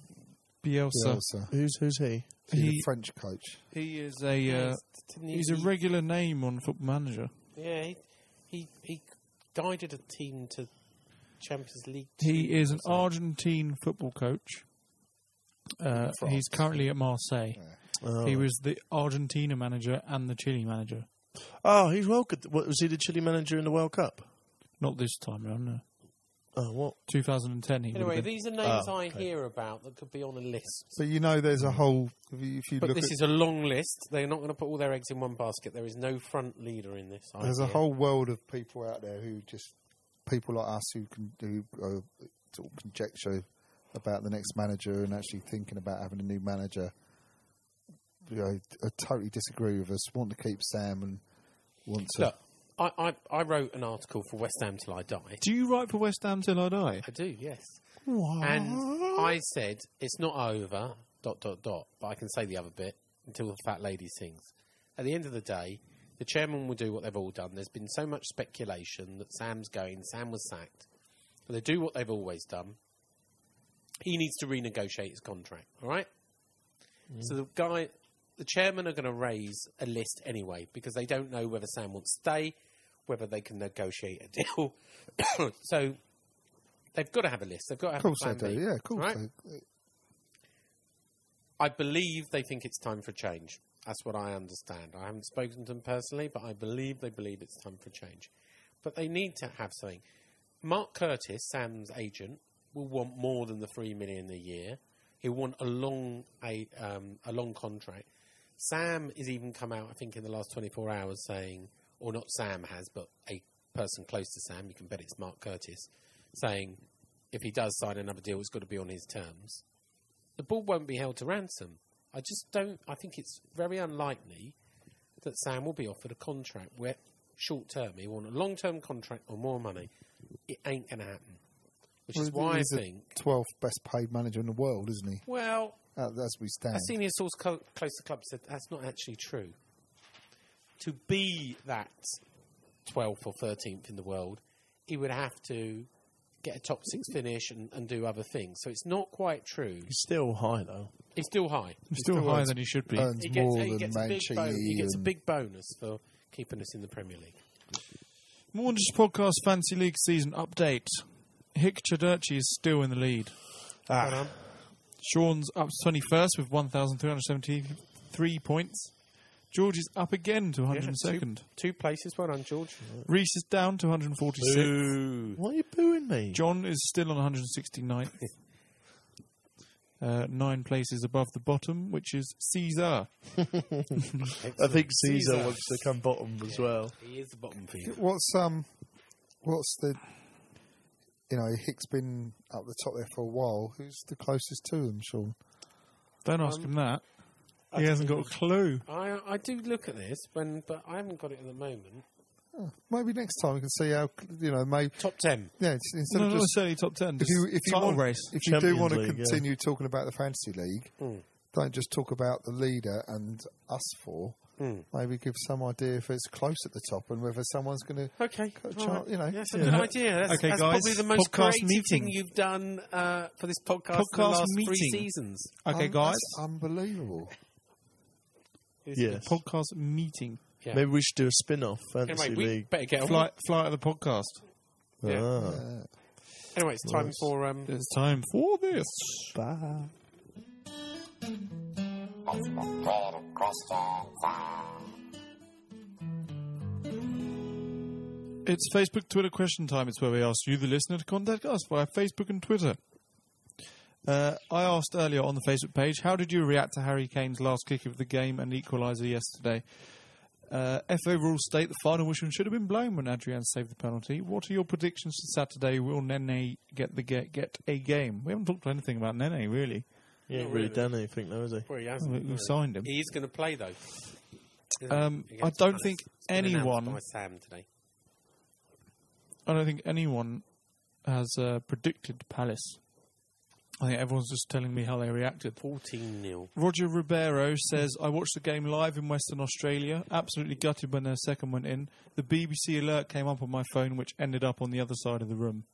Speaker 3: Bielsa.
Speaker 5: Bielsa.
Speaker 4: Who's who's he?
Speaker 5: He's
Speaker 3: He-
Speaker 5: a French coach.
Speaker 3: He is a uh,
Speaker 6: Didn't he-
Speaker 3: he's a
Speaker 6: he-
Speaker 3: regular name on Football Manager.
Speaker 6: Yeah, he, he, he guided a team to Champions League.
Speaker 3: He
Speaker 6: two,
Speaker 3: is an
Speaker 6: wasn't
Speaker 3: Argentine football coach. Uh, he's currently at Marseille. He was the Argentina manager and the Chile manager.
Speaker 4: Oh, he's well good. What, was he the Chile manager in the World Cup?
Speaker 3: Not this time round. No.
Speaker 4: Oh, what?
Speaker 3: 2010. He
Speaker 6: Anyway,
Speaker 3: would've been.
Speaker 6: these are names
Speaker 4: Oh,
Speaker 6: I
Speaker 4: okay.
Speaker 6: hear about that could be on a list.
Speaker 5: So you know, there's a whole. If you, if you
Speaker 6: But
Speaker 5: look
Speaker 6: this
Speaker 5: at,
Speaker 6: is a long list. They're not going to put all their eggs in one basket. There is no front leader in this. I
Speaker 5: there's a
Speaker 6: hear.
Speaker 5: whole world of people out there who just people like us who can do uh, sort of conjecture about the next manager and actually thinking about having a new manager. You know, I totally disagree with us. Want to keep Sam and want to.
Speaker 6: Look, I, I, I wrote an article for West Ham Till I Die.
Speaker 3: Do you write for West Ham till I die?
Speaker 6: I do, yes. And I said, it's not over, dot, dot, dot, but I can say the other bit until the fat lady sings. At the end of the day, the chairman will do what they've all done. There's been so much speculation that Sam's going, Sam was sacked. But they do what they've always done. He needs to renegotiate his contract, all right?
Speaker 5: Mm.
Speaker 6: So the guy, the chairman are going to raise a list anyway because they don't know whether Sam wants to stay, whether they can negotiate a deal. so they've got to have a list. They've got to have
Speaker 5: Of course
Speaker 6: a
Speaker 5: they
Speaker 6: plan
Speaker 5: do.
Speaker 6: B,
Speaker 5: Yeah, of course. Uh,
Speaker 6: right?
Speaker 5: they-
Speaker 6: I believe they think it's time for change. That's what I understand. I haven't spoken to them personally, but I believe they believe it's time for change. But they need to have something. Mark Curtis, Sam's agent, will want more than the three million a year. He'll want a long a um, a long contract. Sam has even come out, I think, in the last twenty four hours saying, or not Sam has, but a person close to Sam. You can bet it's Mark Curtis saying, if he does sign another deal, it's got to be on his terms the ball won't be held to ransom. I just don't. I think it's very unlikely that Sam will be offered a contract where short term he want a long term contract or more money. It ain't going to happen, which is
Speaker 5: Well,
Speaker 6: why I
Speaker 5: he's the
Speaker 6: think.
Speaker 5: 12th best paid manager in the world, isn't he?
Speaker 6: Well,
Speaker 5: Uh, as we stand.
Speaker 6: a senior source co- close to the club said that's not actually true. To be that 12th or 13th in the world, he would have to get a top six finish and, and do other things. So it's not quite true.
Speaker 4: He's still high though.
Speaker 6: He's still high.
Speaker 3: He's still higher than he should be.
Speaker 5: earns
Speaker 6: He gets,
Speaker 5: more
Speaker 6: he
Speaker 5: than
Speaker 6: gets a big
Speaker 5: Mancini
Speaker 6: bon- he gets a
Speaker 5: and-
Speaker 6: big bonus for keeping us in the Premier League.
Speaker 3: Maunders Podcast Fancy League season update. Hick Chadurchi is still in the lead.
Speaker 6: Hold on.
Speaker 3: Sean's up to 21st with 1,373 points. George is up again to
Speaker 6: Yeah,
Speaker 3: 102nd.
Speaker 6: two, two places. Well done, George.
Speaker 3: Reese is down to 146.
Speaker 4: Why are you booing me?
Speaker 3: John is still on 169th. Uh, nine places above the bottom, which is Caesar.
Speaker 4: I think Caesar,
Speaker 6: Caesar.
Speaker 4: wants to come bottom as well.
Speaker 6: He is the bottom feeder.
Speaker 5: What's um, what's the, you know, Hick's been up the top there for a while. Who's the closest to them, Sean?
Speaker 3: Don't
Speaker 5: Um,
Speaker 3: ask him that. He hasn't got a clue.
Speaker 6: I I do look at this when, but I haven't got it at the moment.
Speaker 5: Maybe next time we can see how cl- you know. Maybe
Speaker 6: Top ten.
Speaker 5: yeah, it's- instead
Speaker 3: No,
Speaker 5: of
Speaker 3: not
Speaker 5: just
Speaker 3: necessarily top ten.
Speaker 5: if
Speaker 3: Just
Speaker 5: you if you
Speaker 3: title
Speaker 5: want,
Speaker 3: race.
Speaker 5: if you do
Speaker 4: Champions
Speaker 5: want to
Speaker 4: League, yeah.
Speaker 5: continue talking about the fantasy league, don't just talk about the leader and us four. Maybe give some idea if it's close at the top and whether someone's going to
Speaker 6: Okay,
Speaker 5: Got a
Speaker 6: all
Speaker 5: chart, you know.
Speaker 6: that's a
Speaker 5: Yeah.
Speaker 6: good idea. That's,
Speaker 3: Okay,
Speaker 6: that's
Speaker 3: guys,
Speaker 6: probably the most
Speaker 3: podcast
Speaker 6: creative
Speaker 3: meeting.
Speaker 6: thing you've done uh, for this podcast, in the
Speaker 3: Podcast
Speaker 6: last three
Speaker 3: meeting.
Speaker 6: seasons.
Speaker 3: Okay,
Speaker 5: Um,
Speaker 3: guys.
Speaker 5: that's unbelievable.
Speaker 4: Yes.
Speaker 3: Podcast meeting.
Speaker 6: Yeah.
Speaker 4: Maybe we should do a spin off fantasy
Speaker 6: Anyway, we
Speaker 4: league.
Speaker 6: better get on.
Speaker 3: Fly, fly out of the podcast.
Speaker 6: yeah.
Speaker 4: Ah.
Speaker 6: Anyway, it's time for um,
Speaker 3: It's time for this.
Speaker 4: Bye.
Speaker 3: It's Facebook, Twitter question time. It's where we ask you, the listener, to contact us via Facebook and Twitter. Uh, I asked earlier on the Facebook page, how did you react to Harry Kane's last kick of the game and equaliser yesterday? Uh, FA rules state the final whistle should have been blown when Adrian saved the penalty. What are your predictions for Saturday? Will Nene get the get, get a game? We haven't talked anything about Nene really.
Speaker 4: He ain't really done anything though, has he?
Speaker 6: where he
Speaker 3: We,
Speaker 6: hasn't.
Speaker 3: we signed him.
Speaker 6: He is going to play though. Isn't
Speaker 3: Um,
Speaker 6: he?
Speaker 3: I
Speaker 6: Against
Speaker 3: don't
Speaker 6: Palace.
Speaker 3: think
Speaker 6: It's been announced
Speaker 3: anyone-
Speaker 6: by Sam today.
Speaker 3: I don't think anyone has uh, predicted Palace. I think everyone's just telling me how they reacted.
Speaker 6: Fourteen 0
Speaker 3: Roger Ribeiro says, I watched the game live in Western Australia, absolutely gutted when their second went in. The BBC alert came up on my phone, which ended up on the other side of the room.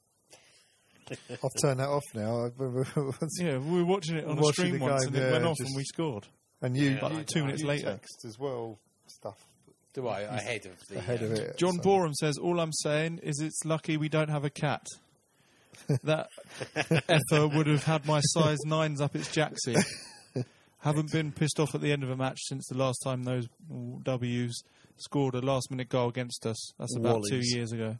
Speaker 5: I've turned that off now. I remember once-
Speaker 3: Yeah, we were watching it on a
Speaker 5: Watching
Speaker 3: stream
Speaker 5: the
Speaker 3: once
Speaker 5: game,
Speaker 3: and
Speaker 5: yeah,
Speaker 3: it went off
Speaker 5: just-
Speaker 3: and we scored.
Speaker 5: and you,
Speaker 3: But
Speaker 5: you
Speaker 3: like two minutes
Speaker 5: you
Speaker 3: later.
Speaker 5: text as well stuff
Speaker 6: Do I ahead of the
Speaker 5: ahead of
Speaker 6: uh,
Speaker 5: it.
Speaker 3: John
Speaker 5: so-
Speaker 3: Borum says, All I'm saying is it's lucky we don't have a cat. That effer would have had my size nines up its jacksie. Haven't been pissed off at the end of a match since the last time those W's scored a last minute goal against us. That's about two
Speaker 4: Wallies.
Speaker 3: years ago.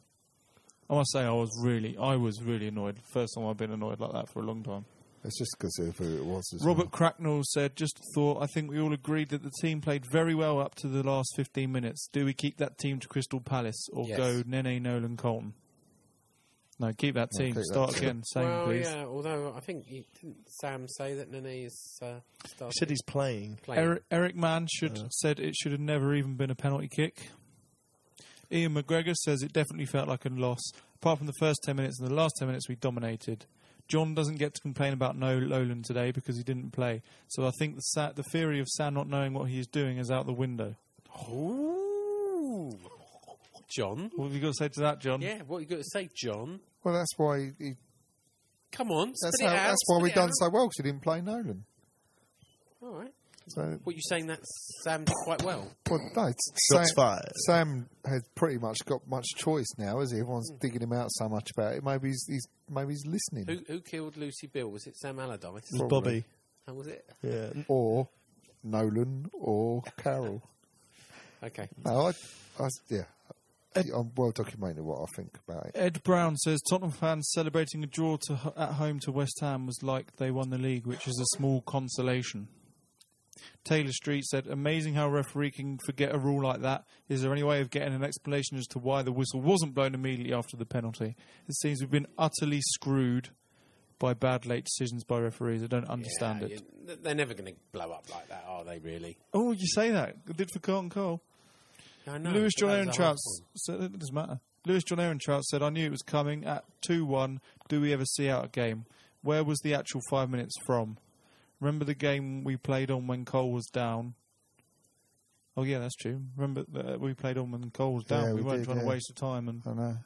Speaker 3: I must say I was really I was really annoyed. First time I've been annoyed like that for a long time.
Speaker 5: It's just because of who it was. As
Speaker 3: Robert Cracknell said, just thought, I think we all agreed that the team played very well up to the last 15 minutes. Do we keep that team to Crystal Palace or
Speaker 6: Yes.
Speaker 3: go Nene, Nolan, Colton? No, keep that team.
Speaker 5: keep that
Speaker 3: Start
Speaker 5: team.
Speaker 3: again. Same,
Speaker 6: well,
Speaker 3: please.
Speaker 6: yeah. Although I think he, didn't Sam say that Nene is uh,
Speaker 4: He
Speaker 6: starting
Speaker 4: said he's playing.
Speaker 6: playing.
Speaker 3: Eric, Eric Mann should, said it should have never even been a penalty kick. Ian McGregor says it definitely felt like a loss. Apart from the first 10 minutes and the last 10 minutes, we dominated. John doesn't get to complain about no Lowland today because he didn't play. So I think the, sa- the theory of Sam not knowing what he is doing is out the window.
Speaker 6: Ooh. John.
Speaker 3: What have you got to say to that, John?
Speaker 6: Yeah, what you got to say, John?
Speaker 5: well, that's why he, he-
Speaker 6: Come on,
Speaker 5: that's,
Speaker 6: spit
Speaker 5: how,
Speaker 6: it out.
Speaker 5: that's why
Speaker 6: spit
Speaker 5: we
Speaker 6: it
Speaker 5: done
Speaker 6: out.
Speaker 5: so well 'cause he didn't play Nolan.
Speaker 6: All right.
Speaker 5: So,
Speaker 6: What you saying that Sam did quite well?
Speaker 5: well, no, it's-
Speaker 4: Shots
Speaker 5: Sam,
Speaker 4: fired.
Speaker 5: Sam has pretty much got much choice now, has he? Everyone's digging him out so much about it. Maybe he's, he's maybe he's listening,
Speaker 6: Who who killed Lucy Bill? Was it Sam Allardyce?
Speaker 4: It was
Speaker 5: Probably.
Speaker 4: Bobby.
Speaker 6: How was it?
Speaker 4: Yeah.
Speaker 5: or Nolan, or Carroll.
Speaker 6: Okay.
Speaker 5: No, I, I yeah, I'm well documented what I think about it.
Speaker 3: Ed Brown says Tottenham fans celebrating a draw to, at home to West Ham was like they won the league, which is a small consolation. Taylor Street said, "Amazing how a referee can forget a rule like that. Is there any way of getting an explanation as to why the whistle wasn't blown immediately after the penalty? It seems we've been utterly screwed by bad late decisions by referees. I don't understand
Speaker 6: Yeah,
Speaker 3: it.
Speaker 6: you- they're never going to blow up like that, are they? Really?
Speaker 3: Oh, you say that? It did for Colin Cole.
Speaker 6: I know.
Speaker 3: Lewis
Speaker 6: but
Speaker 3: John
Speaker 6: that
Speaker 3: Aaron
Speaker 6: was a hard
Speaker 3: Trout said it doesn't matter. Lewis John Aaron Trout said, "I knew it was coming at two-one. Do we ever see out a game? Where was the actual five minutes from? Remember the game we played on when Cole was down? Oh yeah, that's true. Remember that we uh, played on when Cole was down.
Speaker 5: Yeah,
Speaker 3: we,
Speaker 5: we
Speaker 3: weren't
Speaker 5: did,
Speaker 3: trying
Speaker 5: yeah.
Speaker 3: to waste the time and
Speaker 5: I know.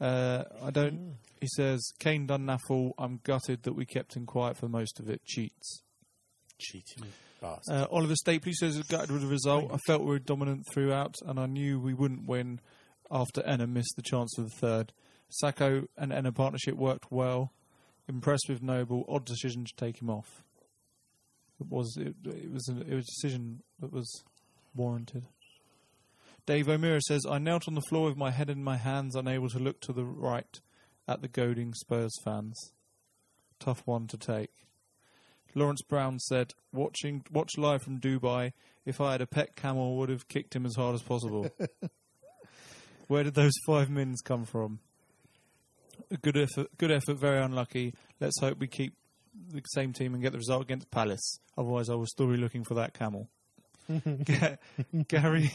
Speaker 3: Uh, I don't. He says Kane done naffle. I'm gutted that we kept him quiet for most of it. Cheats.
Speaker 6: Cheating bastard.
Speaker 3: Uh, Oliver Stapley says he's gutted with the result. I felt we were dominant throughout, and I knew we wouldn't win after Enna missed the chance for the third. Sacco and Enna partnership worked well. Impressed with Noble. Odd decision to take him off. It was it, it was an, it was a decision that was warranted. Dave O'Meara says, I knelt on the floor with my head in my hands, unable to look to the right at the goading Spurs fans. Tough one to take. Lawrence Brown said, Watching watch live from Dubai, if I had a pet camel would have kicked him as hard as possible. Where did those five mins come from? A good effort good effort, very unlucky. Let's hope we keep the same team and get the result against Palace. Otherwise I will still be looking for that camel. Ga- Gary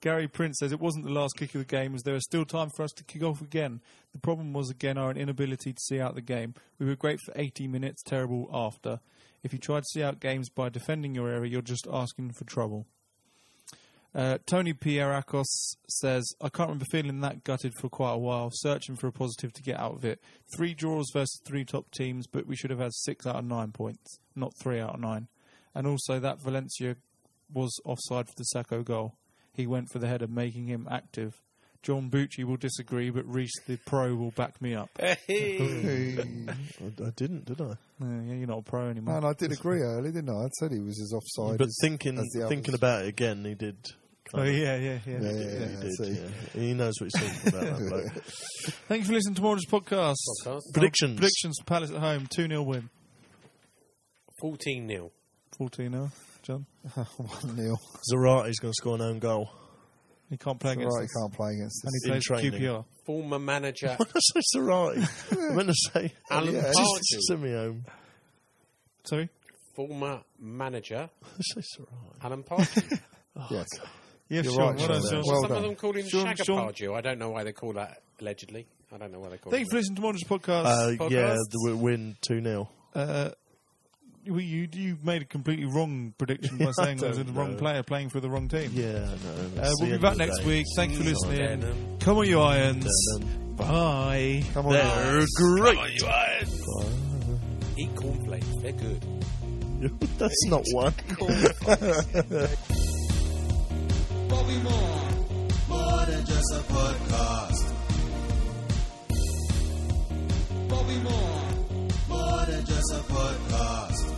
Speaker 3: Gary Prince says it wasn't the last kick of the game, as there is still time for us to kick off again. The problem was again our inability to see out the game. We were great for 80 minutes, terrible after. If you try to see out games by defending your area, you're just asking for trouble. Uh, Tony Pierakos says, I can't remember feeling that gutted for quite a while, searching for a positive to get out of it. Three draws versus three top teams, but we should have had six out of nine points, not three out of nine. And also that Valencia was offside for the Sacco goal. He went for the header, making him active. John Bucci will disagree, but Reese, the pro, will back me up.
Speaker 4: Eh. Hey. I, I didn't, did I?
Speaker 3: Yeah, you're not a pro anymore.
Speaker 5: Man, I did agree early, didn't I? I said he was as offside.
Speaker 4: But
Speaker 5: as,
Speaker 4: thinking
Speaker 5: as the
Speaker 4: thinking
Speaker 5: others.
Speaker 4: about it again, he did.
Speaker 3: Oh,
Speaker 4: kind of-
Speaker 3: yeah, yeah, yeah.
Speaker 5: Yeah,
Speaker 4: he
Speaker 5: yeah,
Speaker 4: did,
Speaker 5: I see.
Speaker 4: yeah. He knows what he's talking about. That bloke.
Speaker 3: Thank you for listening to Morning's podcast.
Speaker 6: Podcast.
Speaker 4: Predictions.
Speaker 3: Predictions for Palace at home. 2 0 win.
Speaker 6: 14 0.
Speaker 3: 14 0. John.
Speaker 5: One nil.
Speaker 4: Zarati's going to score an own goal.
Speaker 3: He can't play against
Speaker 5: Right,
Speaker 3: us.
Speaker 5: he can't play against
Speaker 3: And
Speaker 5: us.
Speaker 3: he
Speaker 4: In
Speaker 3: plays for
Speaker 4: training.
Speaker 3: QPR.
Speaker 6: Former manager
Speaker 4: I say Zarati. I'm going to say
Speaker 6: Alan
Speaker 5: Yeah.
Speaker 6: Pardew.
Speaker 4: Simeone.
Speaker 3: Sorry?
Speaker 6: Former manager
Speaker 4: I say Zarate.
Speaker 6: Alan Pardew.
Speaker 5: yes.
Speaker 3: Yeah,
Speaker 5: You're
Speaker 3: sure.
Speaker 5: right,
Speaker 3: well done,
Speaker 5: Sean.
Speaker 3: Sean.
Speaker 5: Well
Speaker 6: Some
Speaker 5: done.
Speaker 6: of them call him
Speaker 3: Sean-
Speaker 6: Shagger
Speaker 3: Sean-
Speaker 6: Pardew. I don't know why they call that allegedly. I don't know why they call
Speaker 3: Thank you
Speaker 6: it.
Speaker 3: for listening to Morning's podcast.
Speaker 4: Uh, yeah,
Speaker 6: Podcasts.
Speaker 4: the w- win 2 0.
Speaker 3: Well, you, you made a completely wrong prediction by saying that it was the
Speaker 4: don't
Speaker 3: wrong
Speaker 4: know.
Speaker 3: player playing for the wrong team.
Speaker 4: Yeah, no.
Speaker 3: Uh,
Speaker 4: that's
Speaker 3: we'll
Speaker 4: the
Speaker 3: be
Speaker 4: end
Speaker 3: back
Speaker 4: of the
Speaker 3: next
Speaker 4: day.
Speaker 3: week. Thank you for
Speaker 6: Dun,
Speaker 3: listening.
Speaker 6: dun.
Speaker 3: Come on, you irons.
Speaker 4: Dun,
Speaker 3: Bye.
Speaker 5: Come on, They're
Speaker 4: They're great.
Speaker 6: Eat cornflakes. They're good.
Speaker 4: That's not one.
Speaker 2: Bobby Moore. More than just a podcast. Bobby Moore. More than just a podcast.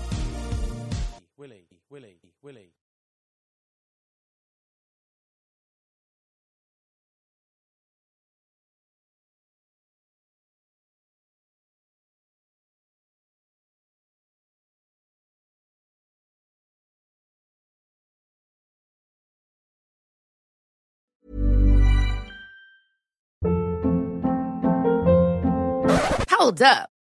Speaker 6: Willie, Willie, Willie.
Speaker 11: Hold up.